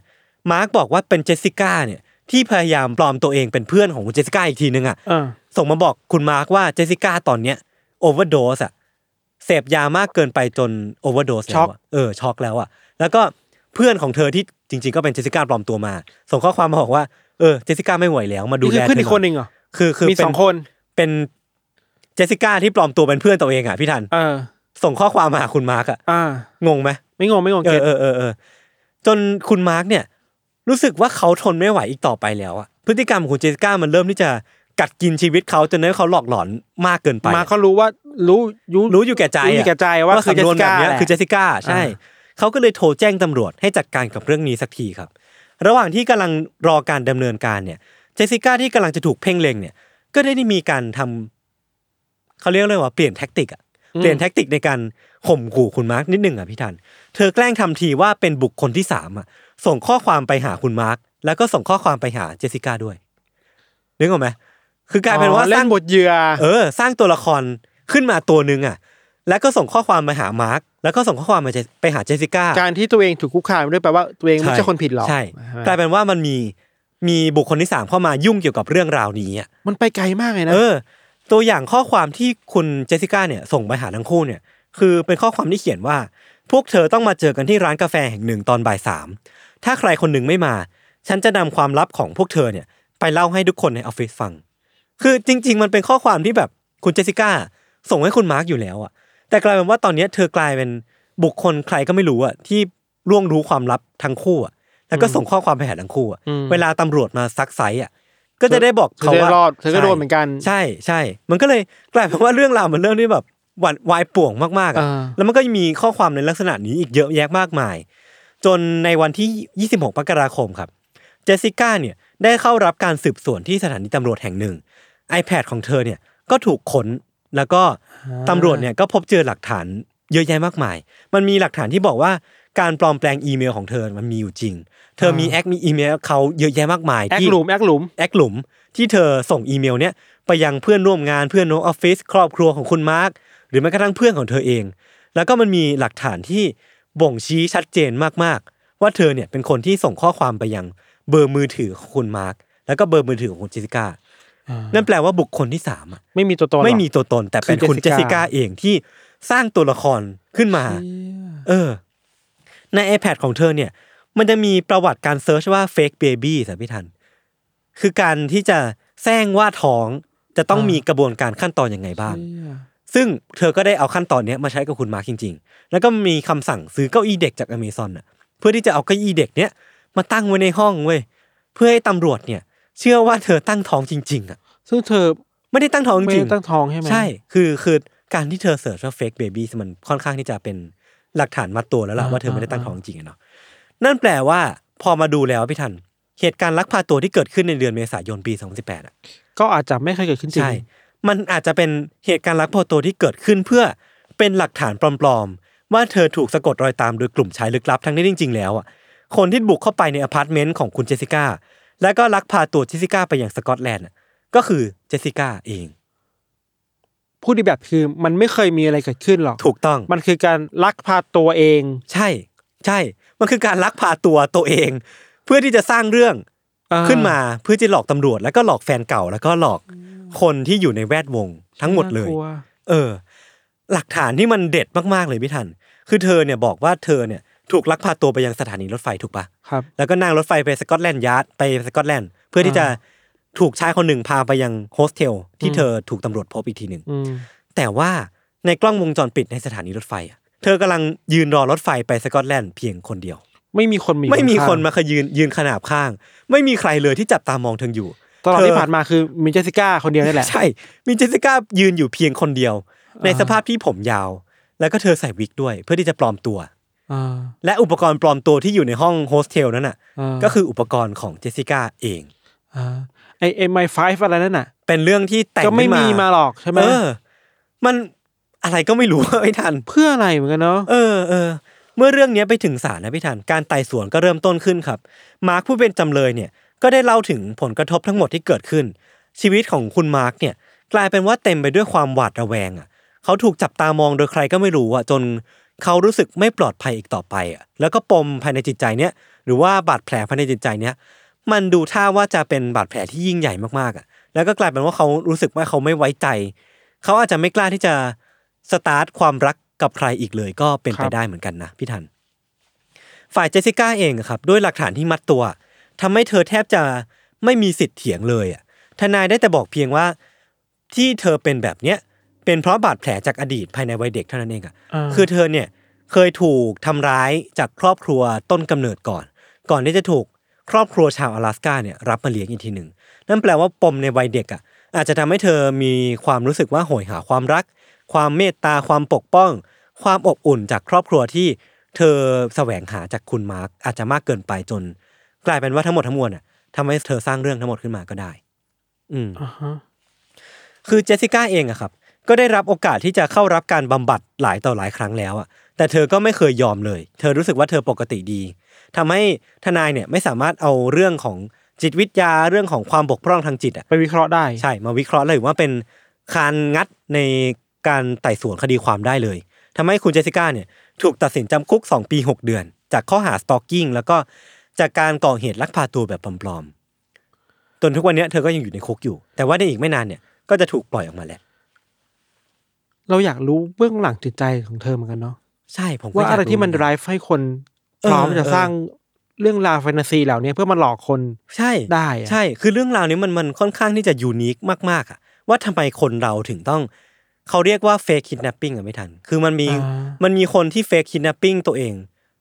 Speaker 2: มาร์กบอกว่าเป็นเจสสิก้าเนี่ยที่พยายามปลอมตัวเองเป็นเพื่อนของคุณเจสสิก้าอีกทีนึงอ่ะ
Speaker 3: เออ
Speaker 2: ส่งมาบอกคุณมาร์กว่าเจสสิก้าตอนเนี้ยโอเวอร์โดสอ่ะเสพยามากเกินไปจนโอเวอร์โดสแล้วะเออช็อกแล้วอ่ะแล้วก็เพื่อนของเธอที่จริง ๆ ก็เป็นเจสสิก้าปลอมตัวมา ส่งข้อความมาบอกว่าเออเจสสิก้าไม่ไหวแล้วมาดู
Speaker 3: นี่
Speaker 2: แล
Speaker 3: คือเพื่อน
Speaker 2: เธ
Speaker 3: อี
Speaker 2: อก ห
Speaker 3: ค
Speaker 2: น่อย
Speaker 3: นหนึ่งเหรอ
Speaker 2: คือคือ
Speaker 3: มี
Speaker 2: เป็น
Speaker 3: สองคน
Speaker 2: เป็นเจสสิก้าที่ปลอมตัวเป็นเพื่อนตัวเองอ่ะพี่ทัน
Speaker 3: เออ
Speaker 2: ส่งข้อความมาหาคุณมาร์กอ่ะ
Speaker 3: อ่า
Speaker 2: งงไหม
Speaker 3: ไม่งงไม่งง
Speaker 2: เอ
Speaker 3: เก็
Speaker 2: อ
Speaker 3: ต
Speaker 2: เออเออเออจนคุณมาร์กเนี่ย รู้สึกว่าเขาทนไม่ไหวอีกต่อไปแล้วอ่ะพฤติกรรมของคุณเจสสิก้ามันเริ่มที่จะกัดกินชีวิตเขาจนทำให้เขาหลอกหลอนมากเกินไป
Speaker 3: มาร์กเขารู้ว่ารู้ยุ
Speaker 2: รู้อยู่แก่ใจ
Speaker 3: รู้
Speaker 2: อะ
Speaker 3: อยู่แก่ใจว่าคือ
Speaker 2: สำ
Speaker 3: เจ
Speaker 2: น
Speaker 3: ส
Speaker 2: วนแบบ
Speaker 3: สิก้า
Speaker 2: เนี้ย
Speaker 3: แหละ
Speaker 2: คือเจสสิก้าใช่
Speaker 3: อ่า
Speaker 2: เขาก็เลยโทรแจ้งตำรวจให้จัดการกับเรื่องนี้สักทีครับ ระหว่างที่กำลังรอการดำเนินการเนี่ย เจสสิก้าที่กำลังจะถูกเพ่งเล็งเนี่ย ก็ได้มีการทำเขาเรียกเลยว่าเปลี่ยนแท็กติกอะเปลี่ยนแท็กติกในการข่มขู่คุณมาร์กนิดหนึ่งอ่ะพี่ทัน เธอแกล้งทำทีว่าเป็นบุคคลที่สามอ่ะส่งข้อความไปหาคุณมาร์กแล้วก็ส่งข้อความไปหาเจสสิก้าด้วยนึกออกไหมคือกลายเป็นว่า
Speaker 3: อ๋อเล่
Speaker 2: สร้าง
Speaker 3: นบทเหยื่อ
Speaker 2: เออสร้างตัวละครขึ้นมาตัวหนึ่งอ่ะ แล้วก็ส่งข้อความมาหามาร์คแล้วก็ส่งข้อความมาเจไปหาเจสสิก้า
Speaker 3: การที่ตัวเองถูกคุกคามด้วยแปลว่าตัวเองไม่
Speaker 2: ใช่
Speaker 3: ใช่คนผิดหรอก
Speaker 2: ใช่
Speaker 3: ไหม
Speaker 2: กลายเป็นว่ามันมีมีบุคคลที่สามเข้ามายุ่งเกี่ยวกับเรื่องราวนี้อะ
Speaker 3: มันไปไกลมากเลยนะ
Speaker 2: เออ ตัวอย่างข้อความที่คุณเจสสิก้าเนี่ยส่งไปหาทั้งคู่เนี่ย คือเป็นข้อความที่เขียนว่า พวกเธอต้องมาเจอกันที่ร้านกาแฟแห่งหนึ่งตอนบ่ายสามถ้าใครคนหนึ่งไม่มา ฉันจะนำความลับของพวกเธอเนี่ย ไปเล่าให้ทุกคนในออฟฟิศฟัง คือจริง ๆ มันเป็นข้อความที่แบบคุณเจสสิก้าส่งให้คุณมาร์กอยู่แล้วอะแต่กลายเป็นว่าตอนเนี้ยเธอกลายเป็นบุคคลใครก็ไม่รู้อะที่ล่วงรู้ความลับทั้งคู่อะแล้วก็ส่งข้อความไปหาทั้งคู่อะเวลาตำรวจมาซักไซอะก็จะได้บอก
Speaker 3: เธอ
Speaker 2: เขา
Speaker 3: ได้
Speaker 2: ว่าร
Speaker 3: อดเธอก็โด
Speaker 2: ใช่
Speaker 3: นเหมือนกัน
Speaker 2: ใช่ใช่ มันก็เลยกลายเป็นว่าเรื่องราวมันเริ่มที่แบบหวั่นวายป่วงมากๆอะ
Speaker 3: อ่า
Speaker 2: แล้วมันก็มีข้อความในลักษณะนี้อีกเยอะแยะมากมาย จนในวันที่ 26มกราคมครับ เจสสิก้าเนี่ยได้เข้ารับการสืบสวนที่สถานีตำรวจแห่งหนึ่ง iPad ของเธอเนี่ยก็ถูกค้นแล้วก็ตำรวจเนี่ยก็พบเจอหลักฐานเยอะแยะมากมาย มันมีหลักฐานที่บอกว่าการปลอมแปลงอีเมลของเธอมันมีอยู่จริง เธอมีแอคมีอีเมลเขาเยอะแยะมากมาย
Speaker 3: แอค
Speaker 2: ที่
Speaker 3: หลุมแอคหลุม
Speaker 2: แอคหลุมที่เธอส่งอีเมลเนี่ยไปยังเพื่อนร่วมงานเพื่อนน้องออฟฟิศครอบครัวของคุณมาร์คหรือแม้กระทั่งเพื่อนของเธอเอง แล้วก็มันมีหลักฐานที่บ่งชี้ชัดเจนมากๆ ว่าเธอเนี่ยเป็นคนที่ส่งข้อความไปยังเบอร์มือถือของคุณมาร์คแล้วก็เบอร์มือถือของคุณเจสสิก้า
Speaker 3: อ่านั่
Speaker 2: นั่นแปลว่าบุคคลที่สามอะ
Speaker 3: ไม่มีตัวตนหรอก
Speaker 2: ไม่มีตัวตนแต่เป็น
Speaker 3: คือ
Speaker 2: คุณเจสสิก้า
Speaker 3: Jessica
Speaker 2: เองที่สร้างตัวละครขึ้นมา เออ ใน iPad ของเธอเนี่ย มันจะมีประวัติการเซิร์ชว่า fake baby สพี่ทัน คือการที่จะแซงว่าท้องจะต้องมีกระบวนการขั้นตอนอยังไงบ้าง ซึ่งเธอก็ได้เอาขั้นตอนเนี้ยมาใช้กับคุณมาร์คจริง ๆ แล้วก็มีคำสั่งซื้อเก้าอี้เด็กจากอเมซอนอ่ะ เพื่อที่จะเอาเก้าอี้เด็กเนี้ยมาตั้งไว้ในห้องเว้ย เพื่อให้ตำรวจเนี่ย เชื่อว่าเธอตั้งท้องจริง ๆอ่ะ
Speaker 3: ซึ่งเธอ
Speaker 2: ไม่ได้ตั้งท้องจ
Speaker 3: ไม่
Speaker 2: ริ
Speaker 3: ได้
Speaker 2: งๆ
Speaker 3: ตั้งท้องใช่ไหม
Speaker 2: ใช่ คือคือการที่เธอเสิร์ชว่า fake baby มันค่อนข้างที่จะเป็นหลักฐานมัดตัวแล้วล่ะว่าเธอไม่ได้ตั้งท้องจริงอะเนาะ นั่นแปลว่าพอมาดูแล้วพี่ทัน เหตุการณ์ลักพาตัวที่เกิดขึ้นในเดือนเมษายนปี 2018อ่ะ
Speaker 3: ก็อาจจะไม่เคยเกิดขึ้นจริง
Speaker 2: ใช่ มันอาจจะเป็นเหตุการณ์ลักพาตัวที่เกิดขึ้นเพื่อเป็นหลักฐานปลอมๆ ว่าเธอถูกสะกดรอยตามโดยกลุ่มชายลึกลับทั้งนี้จริง ๆ แล้วอ่ะ คนที่บุกเข้าไปในอพาร์ตเมนต์ของคุณเจสสิก้า แล้วก็ลักพาตัวเจสสิก้าไปอย่างสกอตแลนด์อะก็คือเจสสิก้าเอง
Speaker 3: พูดดีแบบคือมันไม่เคยมีอะไรเกิดขึ้นหรอก
Speaker 2: ถูกต้อง
Speaker 3: มันคือการลักพาตัวเอง
Speaker 2: ใช่ ใช่ มันคือการลักพาตัวตัวเอง เพื่อที่จะสร้างเรื่องขึ้นมาเพื่อจะหลอกตำรวจ แล้วก็หลอกแฟนเก่า แล้วก็หลอกคนที่อยู่ในแวดวงทั้งหมดเลย
Speaker 3: น่ากว
Speaker 2: เออ หลักฐานที่มันเด็ดมากๆเลยพี่ทัน คือเธอเนี่ยบอกว่าเธอเนี่ยถูกลักพาตัวไปยังสถานีรถไฟถูกปะ
Speaker 3: ครับ
Speaker 2: แล้วก็นั่งรถไฟไปสกอตแลนด์ยาร์ดไปสกอตแลนด์เพื่อที่จะถูกชายคนหนึ่งพาไปยังโฮสเทลที่เธอถูกตำรวจพบอีกทีหนึ่ง
Speaker 3: อืม
Speaker 2: แต่ว่าในกล้องวงจรปิดในสถานีรถไฟอะเธอกำลังยืนรอรถไฟไปสกอตแลนด์เพียงคนเดียว
Speaker 3: ไม่มีคนมาอยู่
Speaker 2: ไม่มี
Speaker 3: ข้ง
Speaker 2: ค
Speaker 3: ๆ
Speaker 2: นมาขยืนยืนขนาบข้าง ไม่มีใครเลยที่จับตามองเธออยู่
Speaker 3: ตลอด
Speaker 2: เธอ
Speaker 3: ที่ผ่านมาคือมีเจสสิก้าคนเดียวนี่แหละ
Speaker 2: ใช่ มีเจสสิก้ายืนอยู่เพียงคนเดียว ในสภาพที่ผมยาว แล้วก็เธอใส่วิกด้วย เพื่อที่จะปลอมตัว
Speaker 3: อ่า
Speaker 2: และอุปกรณ์ปลอมตัวที่อยู่ในห้องโฮสเทลนั้นน่ะ
Speaker 3: า
Speaker 2: ก็คืออุปกรณ์ของเจสสิก้าเอง
Speaker 3: าไอเอ็มไอไฟฟ์อะไรนั่นน่ะ
Speaker 2: เป็นเรื่องที่แต่ง
Speaker 3: ก็ไม่
Speaker 2: ขึ้น
Speaker 3: มีมาหรอกใช่ไหม
Speaker 2: เออ มันอะไรก็ไม่รู้ ไม่ทัน
Speaker 3: เพื่ออะไรเหมือนกันเนาะ
Speaker 2: เออเออเมื่อเรื่องเนี้ยไปถึงศาลนะพี่ทันการไต่สวนก็เริ่มต้นขึ้นครับ มาร์คผู้เป็นจำเลยเนี่ยก็ได้เล่าถึงผลกระทบทั้งหมดที่เกิดขึ้น ชีวิตของคุณมาร์คเนี่ยกลายเป็นว่าเต็มไปด้วยความหวาดระแวงอ่ะเขาถูกจับตามองโดยใครก็ไม่รู้อ่ะจนเขารู้สึกไม่ปลอดภัยอีกต่อไปอ่ะแล้วก็ปมภายในจิตใจเนี่ยหรือว่าบาดแผลภายในจิตใจเนี่ยมันดูท่าว่าจะเป็นบาดแผลที่ยิ่งใหญ่มากๆอ่ะแล้วก็กลายเป็นว่าเขารู้สึกว่าเขาไม่ไว้ใจ เขาอาจจะไม่กล้าที่จะสตาร์ทความรักกับใครอีกเลยก็เป็นไปได้เหมือนกันนะพี่ทัน ฝ่ายเจสสิก้าเองอะครับด้วยหลักฐานที่มัดตัวทำให้เธอแทบจะไม่มีสิทธิ์เถียงเลยอะทนายได้แต่บอกเพียงว่าที่เธอเป็นแบบเนี้ยเป็นเพราะบาดแผลจากอดีตภายในวัยเด็กเท่านั้นเองอะ
Speaker 3: า
Speaker 2: คือเธอเนี่ยเคยถูกทำร้ายจากครอบครัวต้นกำเนิดก่อน ก่อนที่จะถูกครอบครัวชาว阿拉斯กาเนี่ยรับมาเลี้ยงอีกทีหนึ่งนั่นแปลว่าปมในวัยเด็กอ่ะอาจจะทำให้เธอมีความรู้สึกว่าโหยหาความรัก ความเมตตาความปกป้อง ความอบอุ่นจากครอบครัวที่เธอแสวงหาจากคุณมาร์กอาจจะมากเกินไปจน กลายเป็นว่าทั้งหมดทั้งมวลอ่ะทำให้เธอสร้างเรื่องทั้งหมดขึ้นมาก็ได้ อืม
Speaker 3: าฮะ
Speaker 2: คือเจสสิก้าเองอะครับ ก็ได้รับโอกาสที่จะเข้ารับการบำบัดหลายต่อหลายครั้งแล้วอะแต่เธอก็ไม่เคยยอมเลย เธอรู้สึกว่าเธอปกติดีทำให้ทนายเนี่ยไม่สามารถเอาเรื่องของจิตวิทยาเรื่องของความบกพร่องทางจิตอะ
Speaker 3: ไปวิเคราะห์ได้
Speaker 2: ใช่มาวิเคราะห์เลยว่าเป็นการงัดใน การไต่สวนคดีความได้เลยทำให้คุณเจสสิก้าเนี่ยถูกตัดสินจำคุก 2 ปี 6 เดือน จากข้อหาสตอกกิ้งแล้วก็จากการก่อเหตุลักพาตัวแบบปลอมๆจนทุกวันเนี้ยเธอก็ยังอยู่ในคุกอยู่ แต่ว่าในอีกไม่นานเนี่ยก็จะถูกปล่อยออกมาแล้ว
Speaker 3: เราอยากรู้เบื้องหลังจิตใจของเธอเหมือนกันเนาะ
Speaker 2: ใช่ผมก็
Speaker 3: ว่าอะไร
Speaker 2: ยก
Speaker 3: ที่มัน
Speaker 2: เหอกั
Speaker 3: ไร้ให้คนพร้อม
Speaker 2: เออ
Speaker 3: จะ
Speaker 2: เออ
Speaker 3: สร้างเรื่องราวแฟนตาซีเหล่านี้เพื่อมาหลอกคน
Speaker 2: ใช่
Speaker 3: ได้อะ
Speaker 2: ใช่ คือเรื่องราวนี้มันมันค่อนข้างที่จะยูนิคมากๆอะว่าทำไมคนเราถึงต้อง เขาเรียกว่าเฟ k คิดนัปปิ้งอะไม่ทัน คือมันมี
Speaker 3: อ่ามั
Speaker 2: มันมีคนที่เฟ k คิดนัปปิ้งตัวเอง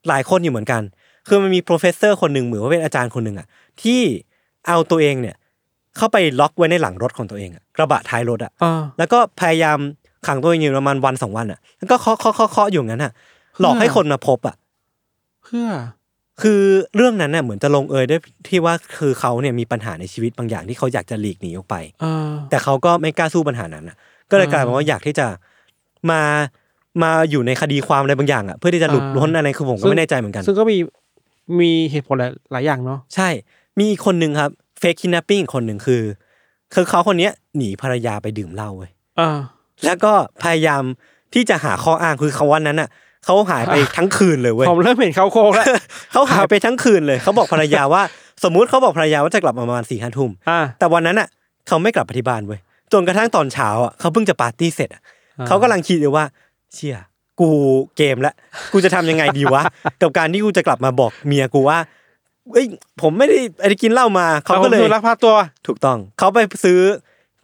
Speaker 2: หลายคนอยู่เหมือนกัน คือมันมี professor คนหนึ่งเหมือนว่าเป็นอาจารย์คนหนึ่งอะที่เอาตัวเองเนี่ย เข้าไปล็อกไว้ในหลังรถของตัวเองอะกระบะท้ายรถอะ
Speaker 3: เออ
Speaker 2: แล้วก็พยายามขังตัวเองอยู่ประมาณวันสองวันอะแล้วก็เคาะเคาะเคาะเคาะอยู่อย่างนั้นอะหลอกให้
Speaker 3: อ่า
Speaker 2: คนมาพบอะ
Speaker 3: เพื่อ
Speaker 2: คือเรื่องนั้นน่ะเหมือนจะลงเอยด้วยที่ว่าคือเขาเนี่ยมีปัญหาในชีวิตบางอย่างที่เขาอยากจะหลีกหนีออกไป
Speaker 3: เออ
Speaker 2: แต่เขาก็ไม่กล้าสู้ปัญหานั้นน่ะ ก็เลยกลายเป็นว่าอยากที่จะมามาอยู่ในคดีความอะไรบางอย่างอ่ะเพื่อที่จะหลุด
Speaker 3: อ่า
Speaker 2: พ้นอะไรคือผมก็ไม่แน่ใจเหมือนกัน
Speaker 3: ซึ่งก็มีมีเหตุผลหลายหลายอย่างเนาะ
Speaker 2: ใช่ มีอีกคนหนึ่งครับเฟคคินนัปปิ้งคนหนึ่งคือคือเขาคนเนี้ยหนีภรรยาไปดื่มเหล้าเว้ย
Speaker 3: เออ
Speaker 2: แล้วก็พยายามที่จะหาข้ออ้างคือเขาวันนั้นน่ะเขาหายไปทั้งคืนเลยเว้ย
Speaker 3: ผม เริ่มเห็นเขาโครงแล้ว
Speaker 2: เขาหายไปทั้งคืนเลย เขาบอกภรรยาว่า สมมุติเขาบอกภรรยาว่าจะกลับมาประมาณสี่ห้าทุ่ม
Speaker 3: อ่า
Speaker 2: แต่วันนั้นอ่ะ เขาไม่กลับไปที่บ้านเว้ยจนกระทั่งตอนเช้าอ่ะเขาเพิ่งจะปาร์ตี้เสร็จอ่ะ
Speaker 3: อ่า
Speaker 2: เขากำลังคิดอยู่ว่า เชี่ยกูเกมละกูจะทำยังไงดีวะ กับการที่กูจะกลับมาบอกเมียกูว่าเอ้ยผมไม่ได้ไอ้กินเหล้ามาเขาก็เลย
Speaker 3: อผมดูลักพาตัว
Speaker 2: ถูกต้องเขาไปซื้อ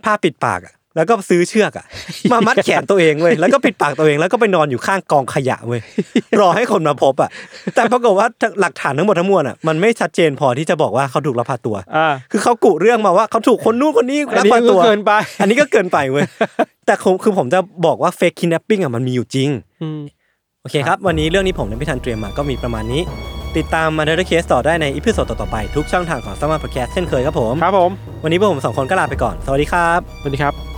Speaker 2: ผ้าปิดปากอ่ะแล้วก็ซื้อเชือกอ่ะ มามัดแขนตัวเองเว้ยแล้วก็ปิดปากตัวเองแล้วก็ไปนอนอยู่ข้างกองขยะเว้ยรอให้คนมาพบอ่ะ แต่ปรากฏว่าหลักฐานทั้งหมดทั้งมวลอ่ะมันไม่ชัดเจนพอที่จะบอกว่าเขาถูกลักพาตัว
Speaker 3: อ่า
Speaker 2: คือเขากุเรื่องมาว่าเขาถูกคนนู้นคนนี้
Speaker 3: อั
Speaker 2: ลั
Speaker 3: น
Speaker 2: ก
Speaker 3: นี้
Speaker 2: พา
Speaker 3: ก็
Speaker 2: ตัว
Speaker 3: เกินไป
Speaker 2: อันนี้ก็เกินไปเว้ย แต่ผมคือผมจะบอกว่าเฟกคิน n นปปิ้งอ่ะมันมีอยู่จริง
Speaker 3: อืม
Speaker 2: โอเคครับ วันนี้เรื่องนี้ผมและพี่ทันเตรียมมาก็มีประมาณนี้ ติดตามมาเดอร์เคสต่อได้ในอีพิโซดต่อๆไป ทุกช่องทางของสมาร์ทพอดแคสต์เช่นเคยครับผม
Speaker 3: ครับผม
Speaker 2: วันนี้พวกผมสองคนก็ลาไปก่อน สวัสดีครับ
Speaker 3: สวัสดีครับ